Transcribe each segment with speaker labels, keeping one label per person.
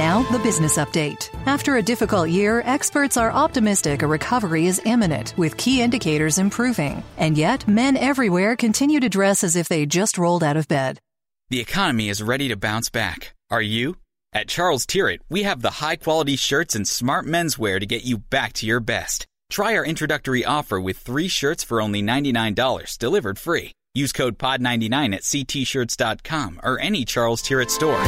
Speaker 1: Now, the business update. After a difficult year, experts are optimistic a recovery is imminent, with key indicators improving. And yet, men everywhere continue to dress as if they just rolled out of bed.
Speaker 2: The economy is ready to bounce back. Are you? At Charles Tirrett, we have the high quality shirts and smart menswear to get you back to your best. Try our introductory offer with three shirts for only $99, delivered free. Use code POD99 at ctshirts.com or any Charles Tirrett store.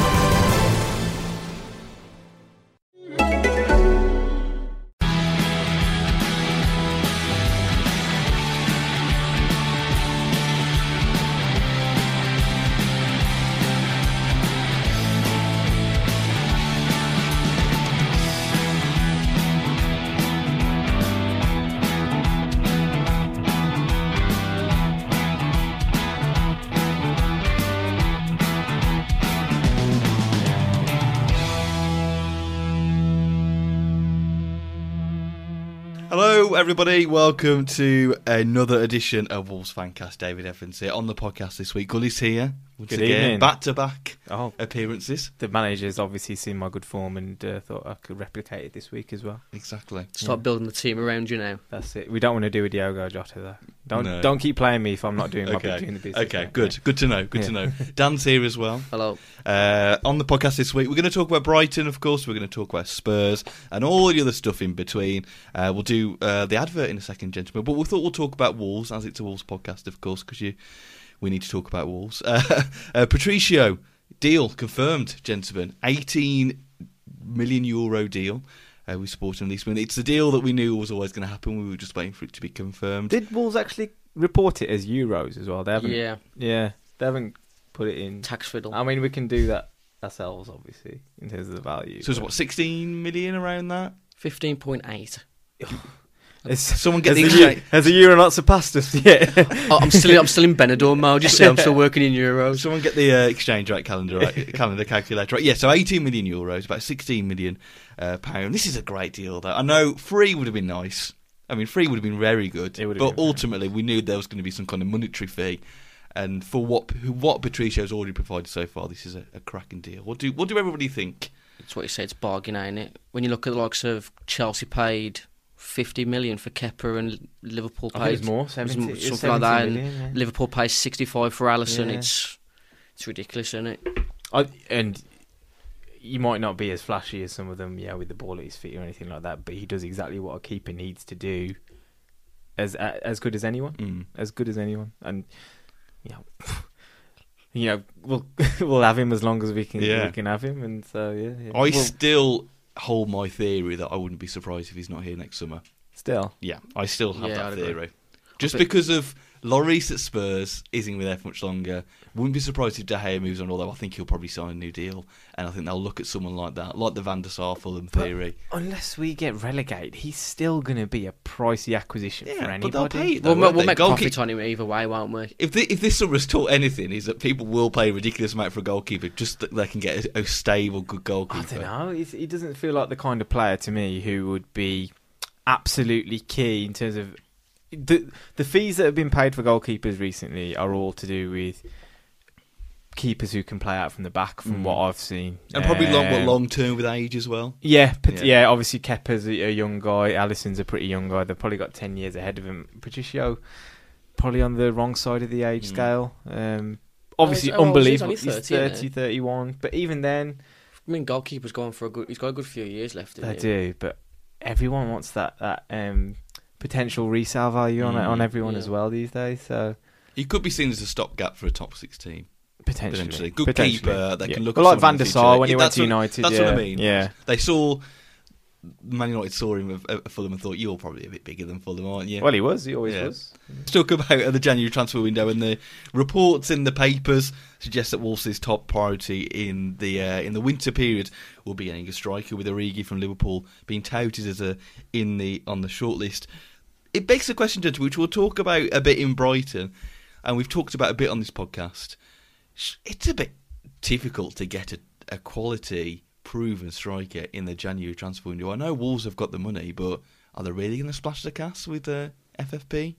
Speaker 3: Hello, everybody. Welcome to another edition of Wolves Fancast. David Evans here on the podcast this week. Gully's here. Once
Speaker 4: Good
Speaker 3: again,
Speaker 4: evening.
Speaker 3: Back to back
Speaker 4: Oh,
Speaker 3: appearances.
Speaker 4: the manager's obviously seen my good form and uh, thought I could replicate it this week as well.
Speaker 3: Exactly.
Speaker 5: Start building the team around you now.
Speaker 4: That's it. We don't want to do a Diogo Jota though. Don't
Speaker 3: No.
Speaker 4: don't keep playing me if I'm not doing my
Speaker 3: Okay.
Speaker 4: doing the business.
Speaker 3: Okay.
Speaker 4: mate.
Speaker 3: Good. Good to know. Good to know. Dan's here as well.
Speaker 5: Hello.
Speaker 3: Uh, on the podcast this week, we're going to talk about Brighton, of course. We're going to talk about Spurs and all the other stuff in between. Uh, we'll do uh, the advert in a second, gentlemen. But we thought we'll talk about Wolves, as it's a Wolves podcast, of course, because you we need to talk about Wolves. Uh, uh, Patricio deal confirmed, gentlemen. Eighteen million euro deal. Uh, we support him this minute. It's the deal that we knew was always going to happen. We were just waiting for it to be confirmed.
Speaker 4: Did Wolves actually report it as euros as well? They haven't.
Speaker 5: Yeah,
Speaker 4: Yeah, They haven't put it in.
Speaker 5: tax fiddle.
Speaker 4: I mean, we can do that ourselves, obviously, in terms of the value.
Speaker 3: so it's
Speaker 4: but-
Speaker 3: what sixteen million around that.
Speaker 5: 15.8.
Speaker 4: It's-
Speaker 3: Someone get the
Speaker 4: has
Speaker 3: exact-
Speaker 4: eu- Has a euro not surpassed us yet?
Speaker 5: Oh, I'm still I'm still in Benidorm mode. Just say I'm still working in euros.
Speaker 3: Someone get the uh, exchange rate calendar right, calendar calculator right. Yeah, so 18 million euros, about 16 million uh, pound. This is a great deal, though. I know three would have been nice. I mean, three would have been very good.
Speaker 4: It would have
Speaker 3: But
Speaker 4: been very
Speaker 3: ultimately, we knew there was going to be some kind of monetary fee. And for what who- what Patricio's already provided so far, this is a, a cracking deal. What do what do everybody think?
Speaker 5: That's what you say. It's bargain, ain't it? When you look at the likes of Chelsea paid 50 million for Kepper and Liverpool
Speaker 4: I think
Speaker 5: paid
Speaker 4: it's more,
Speaker 5: it was
Speaker 4: 70 it's
Speaker 5: something like that.
Speaker 4: 70 million,
Speaker 5: and
Speaker 4: yeah.
Speaker 5: Liverpool paid 65 for Allison.
Speaker 4: Yeah.
Speaker 5: It's it's ridiculous, isn't it?
Speaker 4: I, and you might not be as flashy as some of them, yeah, with the ball at his feet or anything like that. But he does exactly what a keeper needs to do, as a- as good as anyone,
Speaker 3: Mm.
Speaker 4: as good as anyone. And you know, you know, we'll we'll have him as long as we can.
Speaker 3: Yeah.
Speaker 4: we can have him. And so yeah, yeah.
Speaker 3: I
Speaker 4: Well,
Speaker 3: still hold my theory that I wouldn't be surprised if he's not here next summer.
Speaker 4: still
Speaker 3: Yeah, I still have
Speaker 5: Yeah,
Speaker 3: that
Speaker 5: I'd agree.
Speaker 3: theory. Just
Speaker 5: bet-
Speaker 3: because of Lloris at Spurs isn't with there for much longer. Wouldn't be surprised if De Gea moves on, although I think he'll probably sign a new deal. And I think they'll look at someone like that, like the Van der Sar Fulham theory.
Speaker 4: unless we get relegated, he's still going to be a pricey acquisition for
Speaker 3: yeah,
Speaker 4: anybody.
Speaker 3: but they'll pay it. Though,
Speaker 5: We'll, ma-
Speaker 3: won't
Speaker 5: we'll
Speaker 3: they?
Speaker 5: make
Speaker 3: Goalkeep-
Speaker 5: profit on him either way, won't we?
Speaker 3: If, thi- if this summer's taught anything, is that people will pay a ridiculous amount for a goalkeeper just that they can get a, a stable, good
Speaker 4: I
Speaker 3: goalkeeper.
Speaker 4: don't know. He's, he doesn't feel like the kind of player to me who would be absolutely key in terms of the the fees that have been paid for goalkeepers recently are all to do with keepers who can play out from the back, from
Speaker 3: Mm.
Speaker 4: what I've seen,
Speaker 3: And probably long, what,
Speaker 4: Um,
Speaker 3: long term with age as well.
Speaker 4: Yeah, pat-
Speaker 3: Yeah.
Speaker 4: yeah, Obviously, Kepa's a, a young guy. Allison's a pretty young guy. They've probably got ten years ahead of him. Patricio, probably on the wrong side of the age
Speaker 3: Mm.
Speaker 4: scale. Um, obviously,
Speaker 5: how old is he? He's
Speaker 4: unbelievable.
Speaker 5: only
Speaker 4: He's
Speaker 5: 30, isn't
Speaker 4: 30, 31. But even then,
Speaker 5: I mean, goalkeeper's going for a good. He's got a good few years left.
Speaker 4: They
Speaker 5: isn't he?
Speaker 4: do, but everyone wants that that um, potential resale value on
Speaker 3: Mm.
Speaker 4: on everyone as
Speaker 5: Yeah.
Speaker 4: well these days. So
Speaker 3: He could be seen as a stopgap for a top six team.
Speaker 4: potentially,
Speaker 3: potentially. Good
Speaker 4: Potentially.
Speaker 3: keeper that
Speaker 4: Yeah.
Speaker 3: can look
Speaker 4: well,
Speaker 3: at
Speaker 4: like
Speaker 3: someone
Speaker 4: Van
Speaker 3: in
Speaker 4: der
Speaker 3: the
Speaker 4: Sar
Speaker 3: future.
Speaker 4: when he
Speaker 3: Yeah,
Speaker 4: went
Speaker 3: that's
Speaker 4: to
Speaker 3: what-
Speaker 4: United.
Speaker 3: That's
Speaker 4: yeah.
Speaker 3: what I mean.
Speaker 4: Yeah,
Speaker 3: They saw Man United saw him at at Fulham and thought you're probably a bit bigger than Fulham, aren't you?
Speaker 4: well, he was. He always
Speaker 3: Yeah.
Speaker 4: was.
Speaker 3: Let's talk about the January transfer window and the reports in the papers suggest that Wolves' top priority in the uh, in the winter period will be getting a striker with Origi from Liverpool being touted as a in the on the shortlist. It begs the question, Judge, which we'll talk about a bit in Brighton, and we've talked about a bit on this podcast. Sh- It's a bit difficult to get a, a quality proven striker in the January transfer window. I know Wolves have got the money, but are they really going to splash the cash with uh, FFP?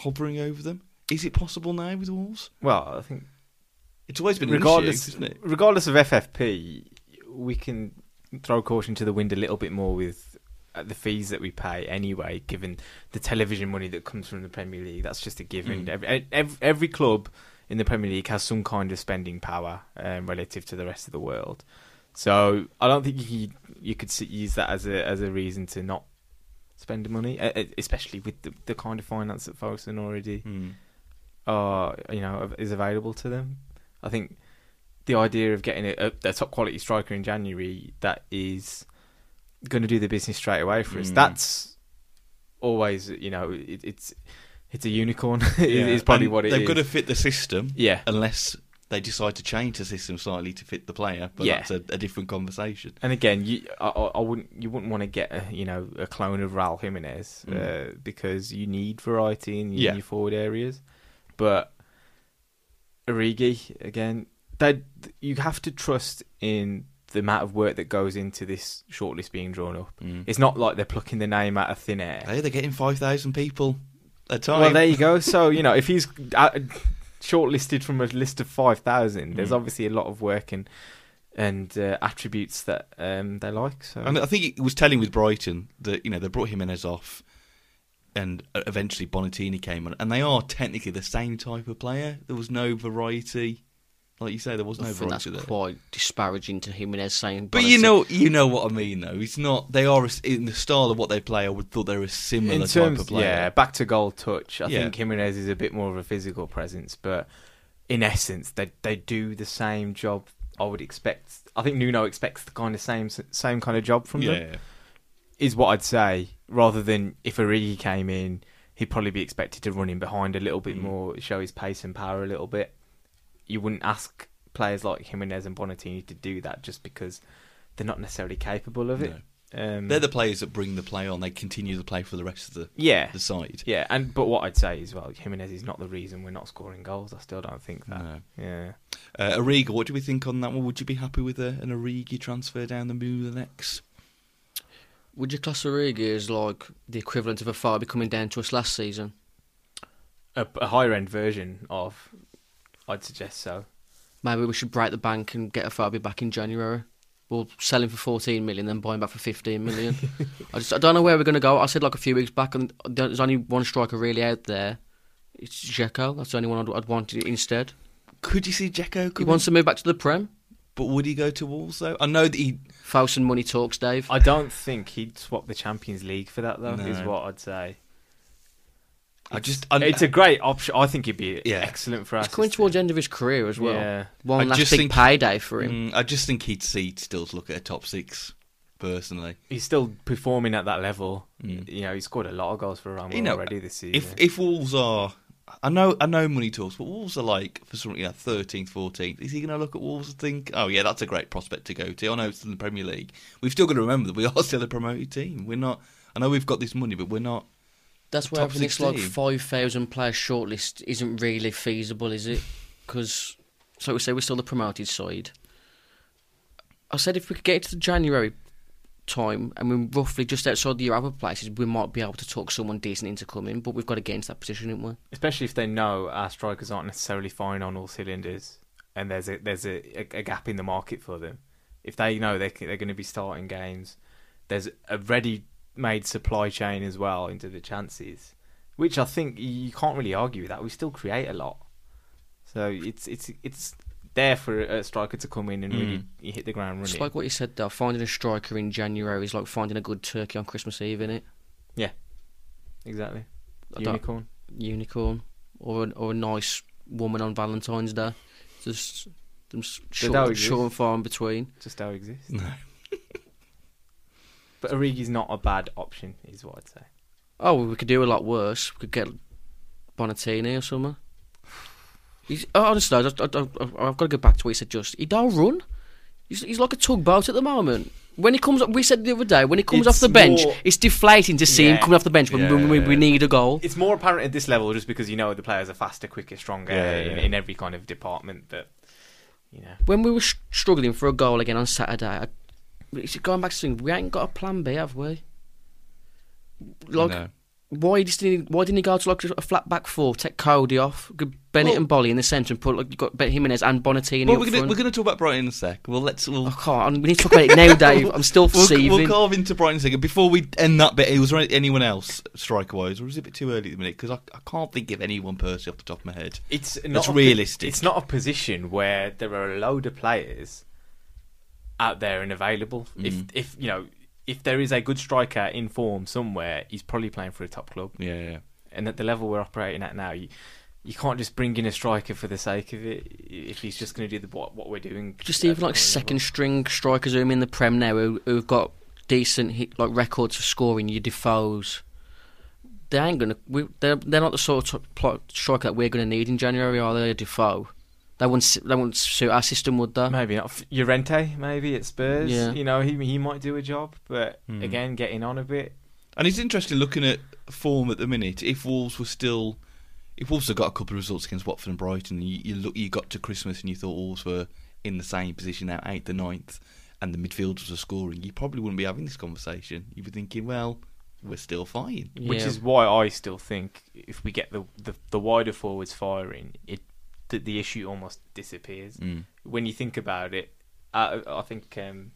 Speaker 3: hovering over them. Is it possible now with Wolves?
Speaker 4: Well, I think
Speaker 3: It's always been an
Speaker 4: regardless,
Speaker 3: issue, isn't it?
Speaker 4: regardless of FFP, we can throw caution to the wind a little bit more with uh, the fees that we pay anyway, given the television money that comes from the Premier League. That's just a
Speaker 3: Mm.
Speaker 4: given. Every, every, every club in the Premier League has some kind of spending power um, relative to the rest of the world. So I don't think you you could s- use that as a as a reason to not spend the money, e- e- especially with the, the kind of finance that Folkestone already
Speaker 3: Mm.
Speaker 4: are you know av- is available to them. I think the idea of getting a, a, a top quality striker in January that is going to do the business straight away for us.
Speaker 3: Mm.
Speaker 4: That's always you know it, it's it's a unicorn is,
Speaker 3: Yeah.
Speaker 4: is probably
Speaker 3: And
Speaker 4: what it
Speaker 3: they've got to
Speaker 4: is.
Speaker 3: fit the system,
Speaker 4: Yeah.
Speaker 3: unless they decide to change the system slightly to fit the player. But
Speaker 4: Yeah.
Speaker 3: that's a, a different conversation.
Speaker 4: And again, you I, I I wouldn't you wouldn't want to get a, you know a clone of Raul Jimenez uh, because you need variety in your,
Speaker 3: Mm. Yeah.
Speaker 4: your forward areas. But Origi again, that you have to trust in the amount of work that goes into this shortlist being drawn up.
Speaker 3: Mm.
Speaker 4: It's not like they're plucking the name out of thin air.
Speaker 3: Hey, they're getting five thousand people a time.
Speaker 4: Well, there you go. So you know, if he's uh, shortlisted from a list of five thousand,
Speaker 3: Mm.
Speaker 4: there's obviously a lot of work and and uh, attributes that um, they like. So
Speaker 3: And I think it was telling with Brighton that you know they brought Jimenez off, and uh, eventually Bonatini came on, and they are technically the same type of player. There was no variety, like you say, there was
Speaker 5: I
Speaker 3: no
Speaker 5: think that's
Speaker 3: variety there.
Speaker 5: quite disparaging to Jimenez saying.
Speaker 3: But you know, you know what I mean, though. It's not they are a s- in the style of what they play. I would thought they're a similar
Speaker 4: in
Speaker 3: type
Speaker 4: terms,
Speaker 3: of player.
Speaker 4: yeah, back to goal touch. I
Speaker 3: Yeah.
Speaker 4: think Jimenez is a bit more of a physical presence, but in essence, they they do the same job. I would expect. I think Nuno expects the kind of same same kind of job from them.
Speaker 3: yeah,
Speaker 4: Is what I'd say. Rather than if Origi came in, he'd probably be expected to run in behind a little bit
Speaker 3: Mm.
Speaker 4: more, show his pace and power a little bit. You wouldn't ask players like Jimenez and Bonatini to do that just because they're not necessarily capable of it. Um,
Speaker 3: they're the players that bring the play on. They continue the play for the rest of the
Speaker 4: yeah
Speaker 3: the side.
Speaker 4: Yeah, and but what I'd say is, well, Jimenez is not the reason we're not scoring goals. I still don't think that.
Speaker 3: No.
Speaker 4: Yeah,
Speaker 3: Uh, Arrigo, what do we think on that one? Would you be happy with a, an Origi transfer down the Moulinax?
Speaker 5: would you class Origi as like the equivalent of a Fabi coming down to us last season?
Speaker 4: a, a higher end version of, I'd suggest so.
Speaker 5: Maybe we should break the bank and get a Fabi back in January. We'll sell him for 14 million, then buy him back for 15 million. I just I don't know where we're going to go. I said like a few weeks back, and there's only one striker really out there. It's Jeko. That's the only one I'd, I'd want instead.
Speaker 3: Could you see Jacko?
Speaker 5: He wants to move back to the Prem.
Speaker 3: But would he go to Wolves though? I know that he.
Speaker 5: Thousand money talks, Dave.
Speaker 4: I don't think he'd swap the Champions League for that though. Is
Speaker 3: No.
Speaker 4: what I'd say.
Speaker 3: I just. I,
Speaker 4: it's a great option. I think he'd be
Speaker 3: Yeah.
Speaker 4: excellent for us.
Speaker 5: He's coming towards the end of his career as well.
Speaker 4: Yeah.
Speaker 5: One
Speaker 3: I
Speaker 5: last
Speaker 3: just
Speaker 5: big
Speaker 3: think-
Speaker 5: payday for him.
Speaker 3: Mm, I just think he'd see still to look at a top six. Personally,
Speaker 4: He's still performing at that level.
Speaker 3: Mm.
Speaker 4: You know, he scored a lot of goals for Roma
Speaker 3: you know,
Speaker 4: already this season.
Speaker 3: if if Wolves are, I know I know money talks, but Wolves are like for something you know thirteenth, fourteenth. Is he going to look at Wolves and think, oh yeah, that's a great prospect to go to? I know it's in the Premier League. We've still got to remember that we are still a promoted team. We're not. I know we've got this money, but we're not.
Speaker 5: That's
Speaker 3: the
Speaker 5: where
Speaker 3: top
Speaker 5: having this like
Speaker 3: 16.
Speaker 5: five thousand player shortlist isn't really feasible, is it? Because so we say we're still the promoted side. I said if we could get to the January time and we're roughly just outside the other places, we might be able to talk someone decent into coming. But we've got to get into that position, haven't we?
Speaker 4: especially if they know our strikers aren't necessarily firing on all cylinders, and there's a there's a, a, a gap in the market for them. If they know they c- they're going to be starting games, there's a ready-made supply chain as well into the chances, which I think y- you can't really argue with that. We still create a lot, so it's it's it's there for a a striker to come in and
Speaker 5: Mm.
Speaker 4: really hit the ground running.
Speaker 5: It's like what you said though. Finding a striker in January is like finding a good turkey on Christmas Eve, isn't it?
Speaker 4: yeah, exactly.
Speaker 5: I don't-
Speaker 4: Unicorn.
Speaker 5: Unicorn or an, or a nice woman on Valentine's Day. Just them s-
Speaker 4: don't
Speaker 5: short,
Speaker 4: exist.
Speaker 5: short and far in between.
Speaker 4: Just how it exists. but Origi's not a bad option, is what I'd say.
Speaker 5: Oh, well, we could do a lot worse. We could get Bonatini or something. He's, oh, honestly, I, I, I, I've got to go back to what he said. Just he don't run. He's, he's like a tugboat at the moment. When he comes up, we said the other day when he comes
Speaker 4: It's
Speaker 5: off the bench,
Speaker 4: more-
Speaker 5: it's deflating to see him
Speaker 4: Yeah.
Speaker 5: coming off the bench when, when we, we need a goal.
Speaker 4: it's more apparent at this level just because you know the players are faster, quicker, stronger
Speaker 3: Yeah, yeah,
Speaker 4: in,
Speaker 3: yeah.
Speaker 4: in every kind of department. But you know,
Speaker 5: When we were sh- struggling for a goal again on Saturday, I, it's going back to saying we ain't got a plan B, have we? Like
Speaker 3: No.
Speaker 5: Why just didn't he, why didn't he go to like a flat back four? Take Cody off, get Bennett
Speaker 3: Well-
Speaker 5: and Bolly in the centre, and put like you got Ben Jimenez and Bonatini
Speaker 3: Well,
Speaker 5: up
Speaker 3: we're going
Speaker 5: front.
Speaker 3: to talk about Brighton in a sec. Well, let's. We'll,
Speaker 5: I can't. We need to talk about it now, Oh, Dave. I'm still
Speaker 3: we'll,
Speaker 5: seething.
Speaker 3: we'll carve into Brighton in a second. Before we end that bit, was there anyone else striker wise, or is it a bit too early at the minute? Because I, I can't think of any one person off the top of my head.
Speaker 4: It's not
Speaker 3: That's
Speaker 4: a po-
Speaker 3: realistic.
Speaker 4: It's not a position where there are a load of players out there and available.
Speaker 3: Mm.
Speaker 4: If if you know if there is a good striker in form somewhere, he's probably playing for a top club.
Speaker 3: Yeah, yeah.
Speaker 4: And at the level we're operating at now, you you can't just bring in a striker for the sake of it if he's just going to do the, what what we're doing.
Speaker 5: Just
Speaker 4: at
Speaker 5: even
Speaker 4: the
Speaker 5: like
Speaker 4: current
Speaker 5: second
Speaker 4: level.
Speaker 5: string strikers who are in the Prem now who, who've got decent hit, like records for scoring. Your Defoes, they ain't gonna. We, they're they're not the sort of pl- striker that we're gonna need in January, are they? A Defoe, they wouldn't s- they wouldn't suit our system, would they?
Speaker 4: Maybe not. F- Llorente, maybe at Spurs.
Speaker 5: Yeah.
Speaker 4: You know, he he might do a job, but again, getting on a bit.
Speaker 3: And it's interesting looking at form at the minute. If Wolves were still, if Wolves had got a couple of results against Watford and Brighton, and you, you look, you got to Christmas and you thought Wolves were in the same position now, eighth and ninth, and the midfielders were scoring, you probably wouldn't be having this conversation. You'd be thinking, well, we're still fine.
Speaker 4: which
Speaker 5: Yeah.
Speaker 4: is why I still think if we get the the, the wider forwards firing, it the, the issue almost disappears. When you think about it, I, I think um,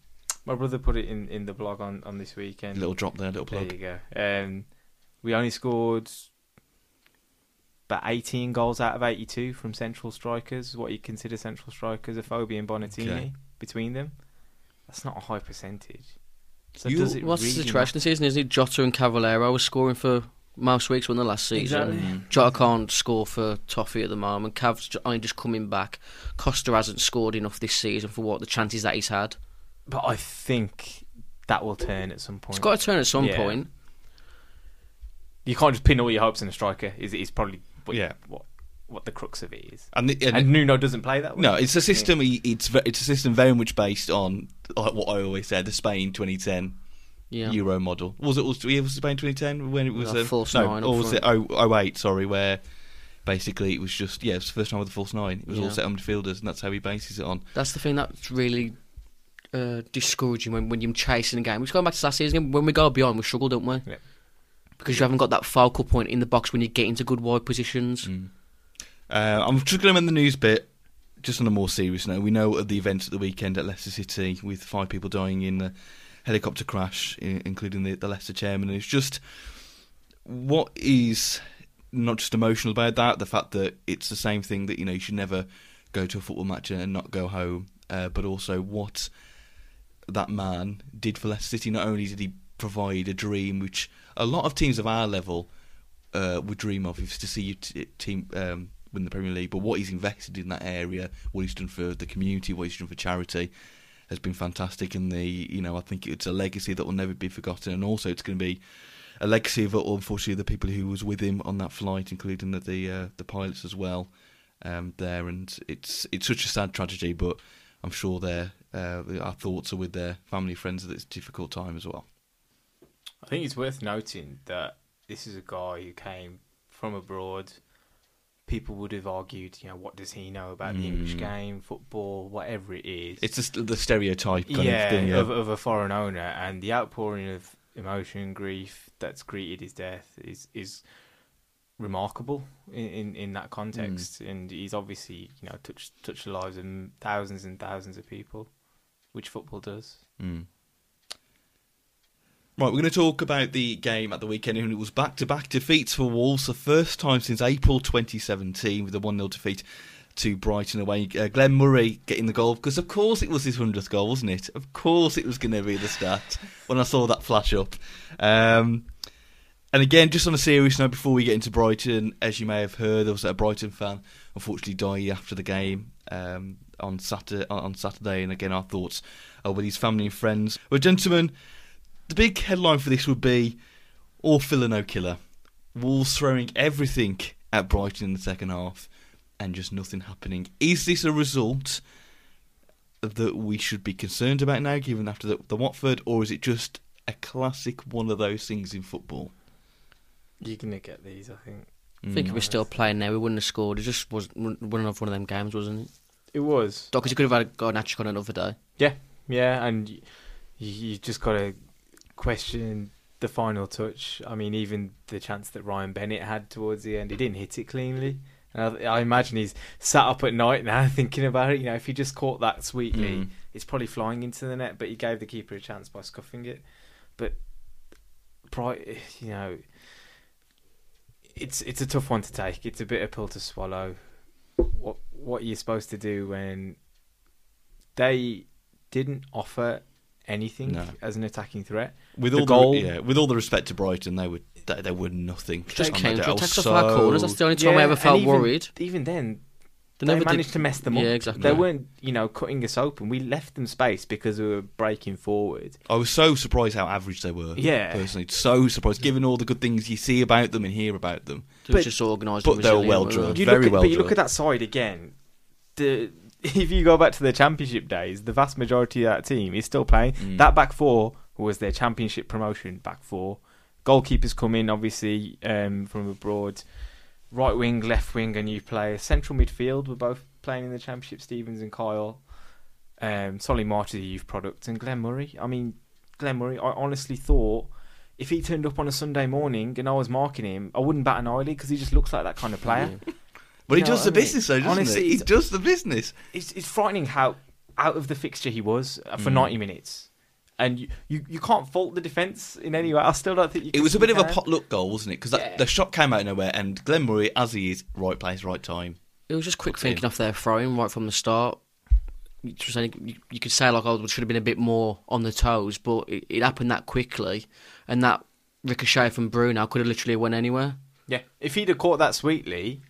Speaker 4: my brother put it in, in the blog on, on this weekend.
Speaker 3: Little drop there, little
Speaker 4: there
Speaker 3: plug.
Speaker 4: you go. Um, we only scored about 18 goals out of 82 from central strikers. What you consider central strikers, Afobi and Bonatini
Speaker 3: Okay.
Speaker 4: between them. That's not a high percentage. So
Speaker 3: You-
Speaker 4: does it
Speaker 5: What's the
Speaker 4: really
Speaker 5: situation this season? Isn't it Jota and Cavallero were scoring for most weeks when the last season?
Speaker 4: Exactly.
Speaker 5: Jota can't score for Toffee at the moment. Cav's ju- only just coming back. Costa hasn't scored enough this season for what the chances that he's had.
Speaker 4: But I think that will turn at some point.
Speaker 5: It's got to turn at some
Speaker 4: Yeah.
Speaker 5: point.
Speaker 4: you can't just pin all your hopes on a striker. Is is probably what,
Speaker 3: Yeah. Uh,
Speaker 4: what what the crux of it is.
Speaker 3: And, the,
Speaker 4: And, Nuno doesn't play that way.
Speaker 3: No, it's a system. i- It's ve- it's a system very much based on like what I always said, the Spain 2010
Speaker 5: Yeah.
Speaker 3: Euro model. Was it was, yeah, was it Spain 2010 when it was
Speaker 5: With a
Speaker 3: um,
Speaker 5: false
Speaker 3: no,
Speaker 5: nine up
Speaker 3: or was it oh, oh 08, Sorry, where basically it was just yeah, it was the first time with the false nine. It was all
Speaker 5: Yeah.
Speaker 3: set on midfielders, and that's how he bases it on.
Speaker 5: That's the thing that's really uh, discouraging when, when you're chasing a game. We've gone back to last season. When we go beyond, we struggle, don't we?
Speaker 4: Yeah.
Speaker 5: Because you haven't got that focal point in the box when you get into good wide positions.
Speaker 3: Uh, I'm just going to end the news bit just on a more serious note. We know at the events at the weekend at Leicester City with five people dying in the helicopter crash, i- including the, the Leicester chairman. And it's just what is not just emotional about that, the fact that it's the same thing that you know you should never go to a football match and not go home, uh, but also what that man did for Leicester City. Not only did he provide a dream, which a lot of teams of our level uh, would dream of, is to see your t- team um, win the Premier League. But what he's invested in that area, what he's done for the community, what he's done for charity, has been fantastic. And the you know I think it's a legacy that will never be forgotten. And also it's going to be a legacy of unfortunately the people who was with him on that flight, including the the, uh, the pilots as well um, there, and it's it's such a sad tragedy. But I'm sure their uh, our thoughts are with their family, friends at this difficult time as well.
Speaker 4: I think it's worth noting that this is a guy who came from abroad. People would have argued, you know, what does he know about the English game, football, whatever it is.
Speaker 3: Hmm. It's just the stereotype kind
Speaker 4: yeah,
Speaker 3: of thing.
Speaker 4: Of, of a foreign owner, and the outpouring of emotion, grief that's greeted his death is is remarkable in in, in that context.
Speaker 3: Hmm.
Speaker 4: And he's obviously you know touched touched the lives of m- thousands and thousands of people, which football does.
Speaker 3: Right, we're going to talk about the game at the weekend, and it was back to back defeats for Wolves, the first time since April 2017 with a 1 0 defeat to Brighton away. Uh, Glenn Murray getting the goal, because of course it was his 100th goal, wasn't it? Of course it was going to be the stat when I saw that flash up. Um, and again, just on a serious note, before we get into Brighton, as you may have heard, there was a Brighton fan unfortunately died after the game um, on Saturday. On Saturday, and again, our thoughts are with his family and friends. Well, gentlemen, the big headline for this would be all filler no killer. Wolves throwing everything at Brighton in the second half and just nothing happening. Is this a result that we should be concerned about now, given after the, the Watford, or is it just a classic one of those things in football? Hmm.
Speaker 4: You're gonna get these, I think.
Speaker 5: I think if we're still playing now, we wouldn't have scored. It just was one of one of them games, wasn't it?
Speaker 4: It was,
Speaker 5: Because you could have had a, got an hat-trick on another day.
Speaker 4: yeah, yeah, and you, you just gotta question the final touch. I mean, even the chance that Ryan Bennett had towards the end, he didn't hit it cleanly. And I, I imagine he's sat up at night now thinking about it. You know, if he just caught that sweetly,
Speaker 3: Mm.
Speaker 4: it's probably flying into the net. But he gave the keeper a chance by scuffing it. But Bright, you know, it's it's a tough one to take. It's a bitter pill to swallow. What what you're supposed to do when they didn't offer anything
Speaker 3: No.
Speaker 4: as an attacking threat?
Speaker 3: With
Speaker 4: The
Speaker 3: all
Speaker 4: goal-
Speaker 3: the yeah, with all the respect to Brighton, they were they, they were nothing.
Speaker 5: Just
Speaker 3: on that
Speaker 5: counter
Speaker 3: day. I was
Speaker 5: attacks off our corners. That's the only time I
Speaker 4: Yeah,
Speaker 5: ever
Speaker 4: and
Speaker 5: felt
Speaker 4: even-
Speaker 5: worried.
Speaker 4: Even then,
Speaker 5: They
Speaker 4: they,
Speaker 5: never did-
Speaker 4: managed to mess them up.
Speaker 5: Yeah, exactly.
Speaker 4: They
Speaker 3: Yeah.
Speaker 4: weren't, you know, cutting us open. We left them space because we were breaking forward.
Speaker 3: I was so surprised how average they were.
Speaker 4: Yeah.
Speaker 3: personally, so surprised. Given all the good things you see about them and hear about them,
Speaker 5: They were
Speaker 4: But-
Speaker 5: just organised.
Speaker 3: but
Speaker 5: and
Speaker 3: they were
Speaker 5: resilient,
Speaker 3: well
Speaker 5: weren't
Speaker 3: drilled.
Speaker 5: they?
Speaker 4: You
Speaker 3: Very
Speaker 4: look at,
Speaker 3: well
Speaker 4: but you look
Speaker 3: drilled.
Speaker 4: at that side again. The if you go back to the championship days, the vast majority of that team is still playing.
Speaker 3: Mm.
Speaker 4: That back four was their championship promotion back four. Goalkeepers come in obviously um, from abroad. Right wing, left wing, a new player. Central midfield were both playing in the championship. Stevens and Kyle. Um, Solly March is a youth product, and Glenn Murray. I mean, Glenn Murray. I honestly thought if he turned up on a Sunday morning and I was marking him, I wouldn't bat an eyelid because he just looks like that kind of player.
Speaker 3: but he
Speaker 4: You know
Speaker 3: does the
Speaker 4: what I mean?
Speaker 3: business though, doesn't
Speaker 4: Honestly,
Speaker 3: he? He
Speaker 4: it's-
Speaker 3: does the business.
Speaker 4: it's, it's frightening how out of the fixture he was uh,
Speaker 3: Mm.
Speaker 4: for 90 minutes. And you, you, you can't fault the defence in any way. I still don't think you
Speaker 3: It
Speaker 4: can-
Speaker 3: was a bit
Speaker 4: you
Speaker 3: of a
Speaker 4: can.
Speaker 3: potluck goal, wasn't it? Because
Speaker 4: Yeah.
Speaker 3: the shot came out of nowhere, and Glenn Murray, as he is, right place, right time.
Speaker 5: It was just quick
Speaker 3: What's
Speaker 5: thinking
Speaker 3: in?
Speaker 5: off their throwing right from the start. You, just saying- you, you could say like, oh, it should have been a bit more on the toes, but it, it happened that quickly, and that ricochet from Bruno could have literally went anywhere.
Speaker 4: Yeah, if he'd have caught that sweetly,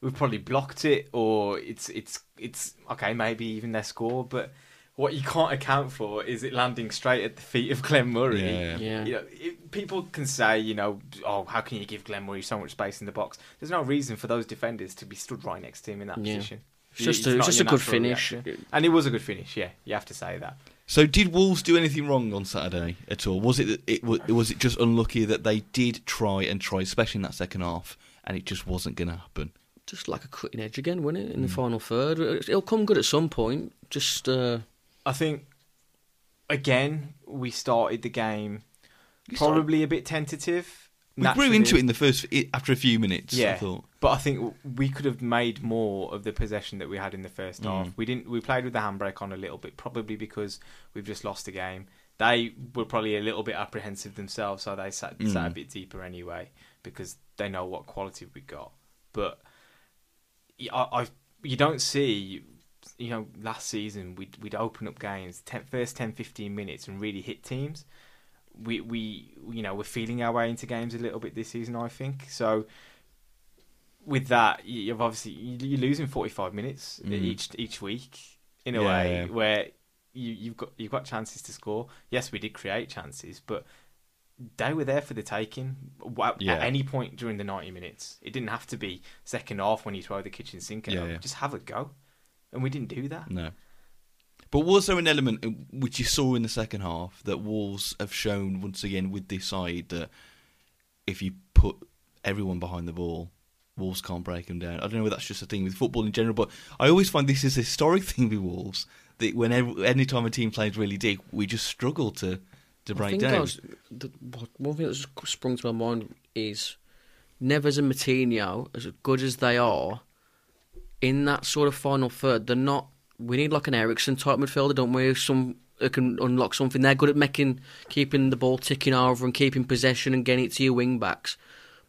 Speaker 4: we've probably blocked it, or it's it's it's okay, maybe even their score. But what you can't account for is it landing straight at the feet of Glenn Murray.
Speaker 3: Yeah.
Speaker 5: Yeah.
Speaker 4: You know, it, people can say, you know, oh, how can you give Glenn Murray so much space in the box? There's no reason for those defenders to be stood right next to him in that
Speaker 5: Yeah.
Speaker 4: position.
Speaker 5: It's just a-
Speaker 4: not
Speaker 5: it's just
Speaker 4: your
Speaker 5: a good
Speaker 4: natural
Speaker 5: finish.
Speaker 4: reaction. and it was a good finish. Yeah, you have to say that.
Speaker 3: So, did Wolves do anything wrong on Saturday at all? Was it that it was, was it just unlucky that they did try and try, especially in that second half, and it just wasn't going to happen?
Speaker 5: Just like a cutting edge again, wasn't it? In the
Speaker 3: Mm.
Speaker 5: final third, It- it'll come good at some point. Just uh,
Speaker 4: I think again we started the game
Speaker 3: started-
Speaker 4: probably a bit tentative.
Speaker 3: We grew
Speaker 4: naturally.
Speaker 3: into it in the first i- after a few minutes. I
Speaker 4: Yeah,
Speaker 3: thought.
Speaker 4: but I think w- we could have made more of the possession that we had in the
Speaker 3: Mm.
Speaker 4: first half. We didn't. We played with the handbrake on a little bit, probably because we've just lost the game. They were probably a little bit apprehensive themselves, so they sat, sat a
Speaker 3: Mm.
Speaker 4: bit deeper anyway because they know what quality we got. But y- I, I- you don't see, you know, last season we'd, we'd open up games, 10, first 10, 15 minutes and really hit teams. We, we, you know, we're feeling our way into games a little bit this season, I think. So with that, you- you've obviously, you- you're losing 45 minutes e-, each, each week in a
Speaker 3: Mm-hmm. Yeah,
Speaker 4: way
Speaker 3: yeah.
Speaker 4: where you, you've got, you've got chances to score. Yes, we did create chances, but they were there for the taking w- at
Speaker 3: Yeah.
Speaker 4: any point during the 90 minutes. It didn't have to be second half when you throw the kitchen sink out.
Speaker 3: Yeah, Mm. yeah.
Speaker 4: Just have a go. And we didn't do that.
Speaker 3: No. But was there an element uh, which you saw in the second half that Wolves have shown once again with this side that if you put everyone behind the ball, Wolves can't break them down? I don't know whether that's just a thing with football in general, but I always find this is a historic thing with Wolves that whenever any time a team plays really deep, we just struggle to to
Speaker 5: I
Speaker 3: break
Speaker 5: think
Speaker 3: down.
Speaker 5: I was, the, what- one thing that's sprung to my mind is Neves and Matinho, as good as they are, in that sort of final third, they're not. We need like an Ericsson type midfielder, don't we? Some who can unlock something. They're good at making, keeping the ball ticking over and keeping possession and getting it to your wing backs,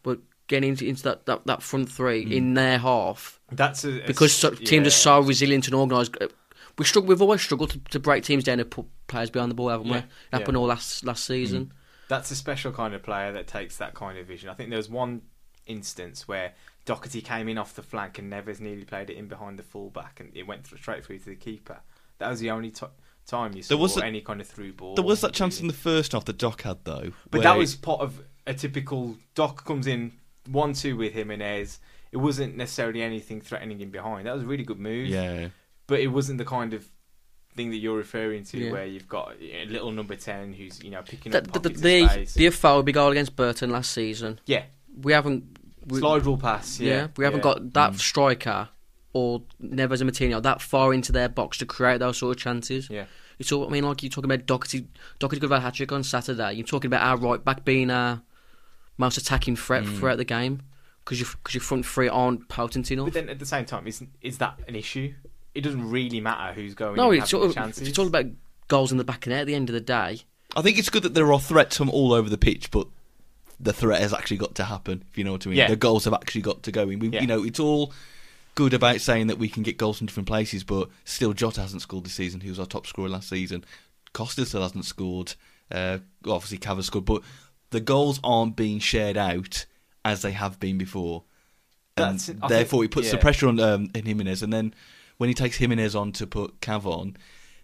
Speaker 5: but getting into, into that, that, that front three in their half
Speaker 4: That's a, a
Speaker 5: because
Speaker 4: s-
Speaker 5: so, teams
Speaker 4: yeah.
Speaker 5: are so resilient and organised. Uh, We struggle. We've always struggled to, to break teams down and put players behind the ball, haven't we?
Speaker 4: Yeah,
Speaker 5: It happened
Speaker 4: yeah.
Speaker 5: all last last season.
Speaker 4: That's a special kind of player that takes that kind of vision. I think there was one instance where Doherty came in off the flank and Neves nearly played it in behind the fullback and it went through, straight through to the keeper. That was the only to- time you saw
Speaker 3: was a-
Speaker 4: any kind of through ball.
Speaker 3: there was that chance
Speaker 4: really.
Speaker 3: in the first half that Doc had though,
Speaker 4: Oh, But
Speaker 3: where-
Speaker 4: that was part of a typical Doc comes in one two with Jimenez. It wasn't necessarily anything threatening him behind. That was a really good move.
Speaker 3: yeah.
Speaker 4: But it wasn't the kind of thing that you're referring to
Speaker 5: Yeah.
Speaker 4: where you've got a little number ten who's, you know, picking
Speaker 5: That,
Speaker 4: up
Speaker 5: the the,
Speaker 4: Mm. pockets
Speaker 5: the,
Speaker 4: of space.
Speaker 5: the Fowlerby goal against Burton last season.
Speaker 4: yeah.
Speaker 5: We haven't. We,
Speaker 4: Slide rule pass,
Speaker 5: yeah,
Speaker 4: yeah.
Speaker 5: we haven't
Speaker 4: yeah. Mm.
Speaker 5: got that striker or Neves and Matinho that far into their box to create those sort of chances.
Speaker 4: Yeah.
Speaker 5: You You talk, I mean, like you're talking about Doherty, Doherty could have had a hat trick on Saturday. You're talking about our right back being our most attacking threat
Speaker 4: Mm.
Speaker 5: throughout the game because your because your front three aren't potent enough.
Speaker 4: But then at the same time, is is that an issue? It doesn't really matter who's going.
Speaker 5: no,
Speaker 4: and
Speaker 5: it's
Speaker 4: having
Speaker 5: all,
Speaker 4: the chances.
Speaker 5: it's all about goals in the back of the net at the end of the day.
Speaker 3: I think it's good that there are threats from all over the pitch, but the threat has actually got to happen. If you know what I mean,
Speaker 4: Yeah.
Speaker 3: the goals have actually got to go in. We,
Speaker 4: Yeah.
Speaker 3: You know, it's all good about saying that we can get goals from different places, but still, Jota hasn't scored this season. He was our top scorer last season. Costa still hasn't scored. Uh, well, obviously, Cava scored, but the goals aren't being shared out as they have been before. And
Speaker 4: That's it. I
Speaker 3: therefore,
Speaker 4: think-
Speaker 3: it puts the
Speaker 4: yeah.
Speaker 3: pressure on um, in Jimenez, and then when he takes Jimenez on to put Cav on,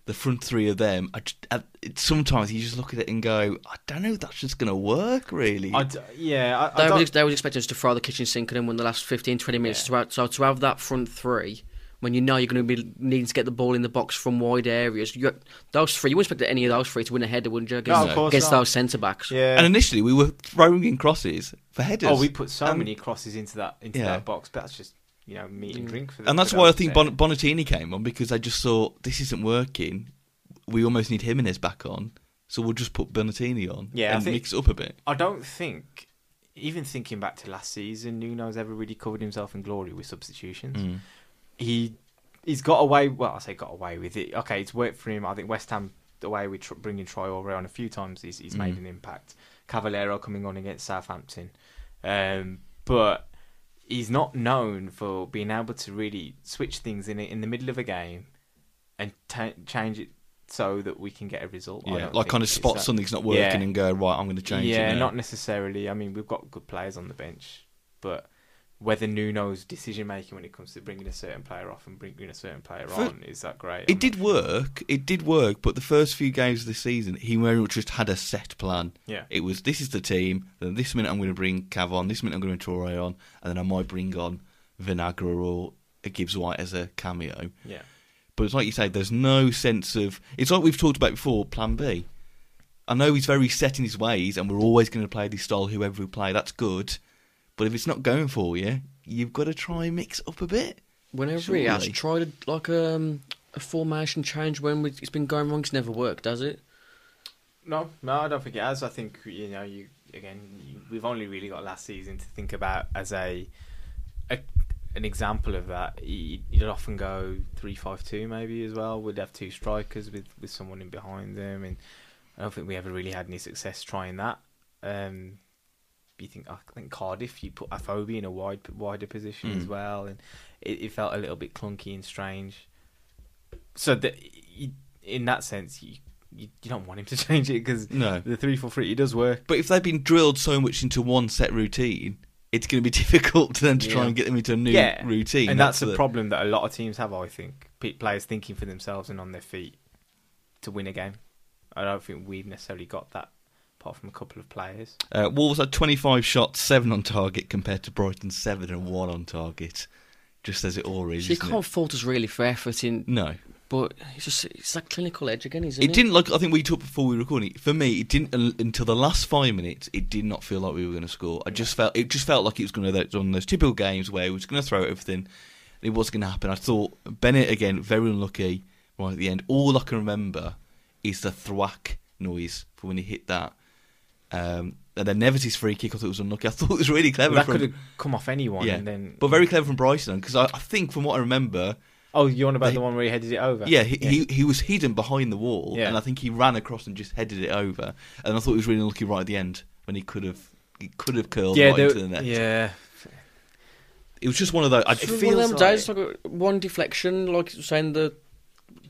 Speaker 3: the front three of them. I, just- I, it, sometimes you just look at it and go, I don't know if that's just going to work, really.
Speaker 4: I d- yeah, I- I,
Speaker 5: They
Speaker 4: don't-
Speaker 5: was, they was expecting us to throw the kitchen sink at them in the last 15, 20 minutes. To have, so to have that front three when you know you're going to be needing to get the ball in the box from wide areas, you, those three you wouldn't expect any of those three to win a header, wouldn't you? Against,
Speaker 4: of course
Speaker 5: against
Speaker 4: not.
Speaker 5: those centre backs.
Speaker 4: yeah.
Speaker 3: and initially, we were throwing in crosses for headers.
Speaker 4: oh, we put so
Speaker 3: And-
Speaker 4: many crosses into that into
Speaker 3: Um, Yeah. Mm.
Speaker 4: that box, but that's just you know meat and drink for. the-
Speaker 3: And that's
Speaker 4: for
Speaker 3: why I
Speaker 4: those
Speaker 3: think
Speaker 4: there.
Speaker 3: bon- Bonatini came on because I just thought this isn't working. We almost need Jimenez back on, so we'll just put Bonatini on
Speaker 4: Yeah, I
Speaker 3: and
Speaker 4: think-
Speaker 3: mix it up a bit.
Speaker 4: I don't think, even thinking back to last season, Nuno's ever really covered himself in glory with substitutions.
Speaker 3: Mm.
Speaker 4: He he's got away. Well, I say got away with it. Okay, it's worked for him. I think West Ham the way we tr- bringing Troy Aurier on a few times, he's he's
Speaker 3: Mm.
Speaker 4: made an impact. Cavallero coming on against Southampton, um, but he's not known for being able to really switch things in in the middle of a game and ta change it so that we can get a result. I
Speaker 3: Yeah,
Speaker 4: don't
Speaker 3: like kind of
Speaker 4: think it's
Speaker 3: spot
Speaker 4: that-
Speaker 3: something's not
Speaker 4: Yeah.
Speaker 3: working and go right. I'm going to change
Speaker 4: Yeah,
Speaker 3: it. now."
Speaker 4: not necessarily. I mean, we've got good players on the bench, but whether Nuno's decision making when it comes to bringing a certain player off and bringing a certain player
Speaker 3: For-
Speaker 4: on is that great?
Speaker 3: It
Speaker 4: I'm
Speaker 3: did
Speaker 4: not sure.
Speaker 3: work. It did work, but the first few games of the season, he very much just had a set plan.
Speaker 4: Yeah.
Speaker 3: It was this is the team. Then this minute I'm going to bring Cav on. This minute I'm going to bring Torre on, and then I might bring on Vinagre or a Gibbs White as a cameo.
Speaker 4: Yeah,
Speaker 3: But it's like you say, there's no sense of. It's like we've talked about before. Plan B. I know he's very set in his ways, and we're always going to play this style. Whoever we play, that's good. But if it's not going for you, you've got to try and mix up a bit.
Speaker 5: Whenever he has
Speaker 3: Surely.
Speaker 5: tried a, like um, a formation change when we- it's been going wrong, it's never worked, has it?
Speaker 4: no, no, I don't think it has. I think you know, you again, you, we've only really got last season to think about as a, a an example of that. You- You'd often go three five two maybe as well. We'd have two strikers with with someone in behind them, and I don't think we ever really had any success trying that. Um, you think "Oh, I think Cardiff, you put Afobi in a wide wider position as well, and it, it felt a little bit clunky and strange. So that you, in that sense, you, you you don't want him to change it because
Speaker 3: No.
Speaker 4: the three four three it does work.
Speaker 3: But if they've been drilled so much into one set routine, it's going to be difficult to them to try
Speaker 5: Yeah.
Speaker 3: and get them into a new
Speaker 4: yeah,
Speaker 3: routine.
Speaker 4: and that's, the problem that a lot of teams have. I think Pe- players thinking for themselves and on their feet to win a game. I don't think we've necessarily got that, apart from a couple of players.
Speaker 3: Uh, Wolves had 25 shots, seven on target, compared to Brighton's seven and one on target. Just as it all is.
Speaker 5: So you
Speaker 3: isn't it?
Speaker 5: can't fault us really for efforting,
Speaker 3: No,
Speaker 5: but it's just it's that clinical edge again, isn't it?
Speaker 3: it didn't. Like I think we talked before we were recording. it. For me, it didn't un- until the last five minutes. It did not feel like we were going to score. I just felt it just felt like it was going to those one of those typical games where we was going to throw everything. and It was going to happen. I thought Bennett again very unlucky right at the end. All I can remember is the thwack noise for when he hit that. Um, and then Neves' free kick, I thought it was unlucky. I thought it was really clever.
Speaker 4: that
Speaker 3: from-
Speaker 4: could have come off anyone,
Speaker 3: yeah,
Speaker 4: and then
Speaker 3: but very clever from Bryson because I, I think from what I remember,
Speaker 4: Oh, you're on about
Speaker 3: They-
Speaker 4: the one where he headed it over?
Speaker 3: yeah, he, he he was hidden behind the wall,
Speaker 4: Yeah.
Speaker 3: and I think he ran across and just headed it over. And I thought he was really unlucky right at the end when he could have he could have curled
Speaker 4: yeah,
Speaker 3: right
Speaker 4: there-
Speaker 3: into the net.
Speaker 4: yeah.
Speaker 3: It was just one of those. I,
Speaker 5: It
Speaker 3: it
Speaker 5: was one of
Speaker 4: feels
Speaker 5: them
Speaker 4: like-
Speaker 5: days, like uh, one deflection, like saying the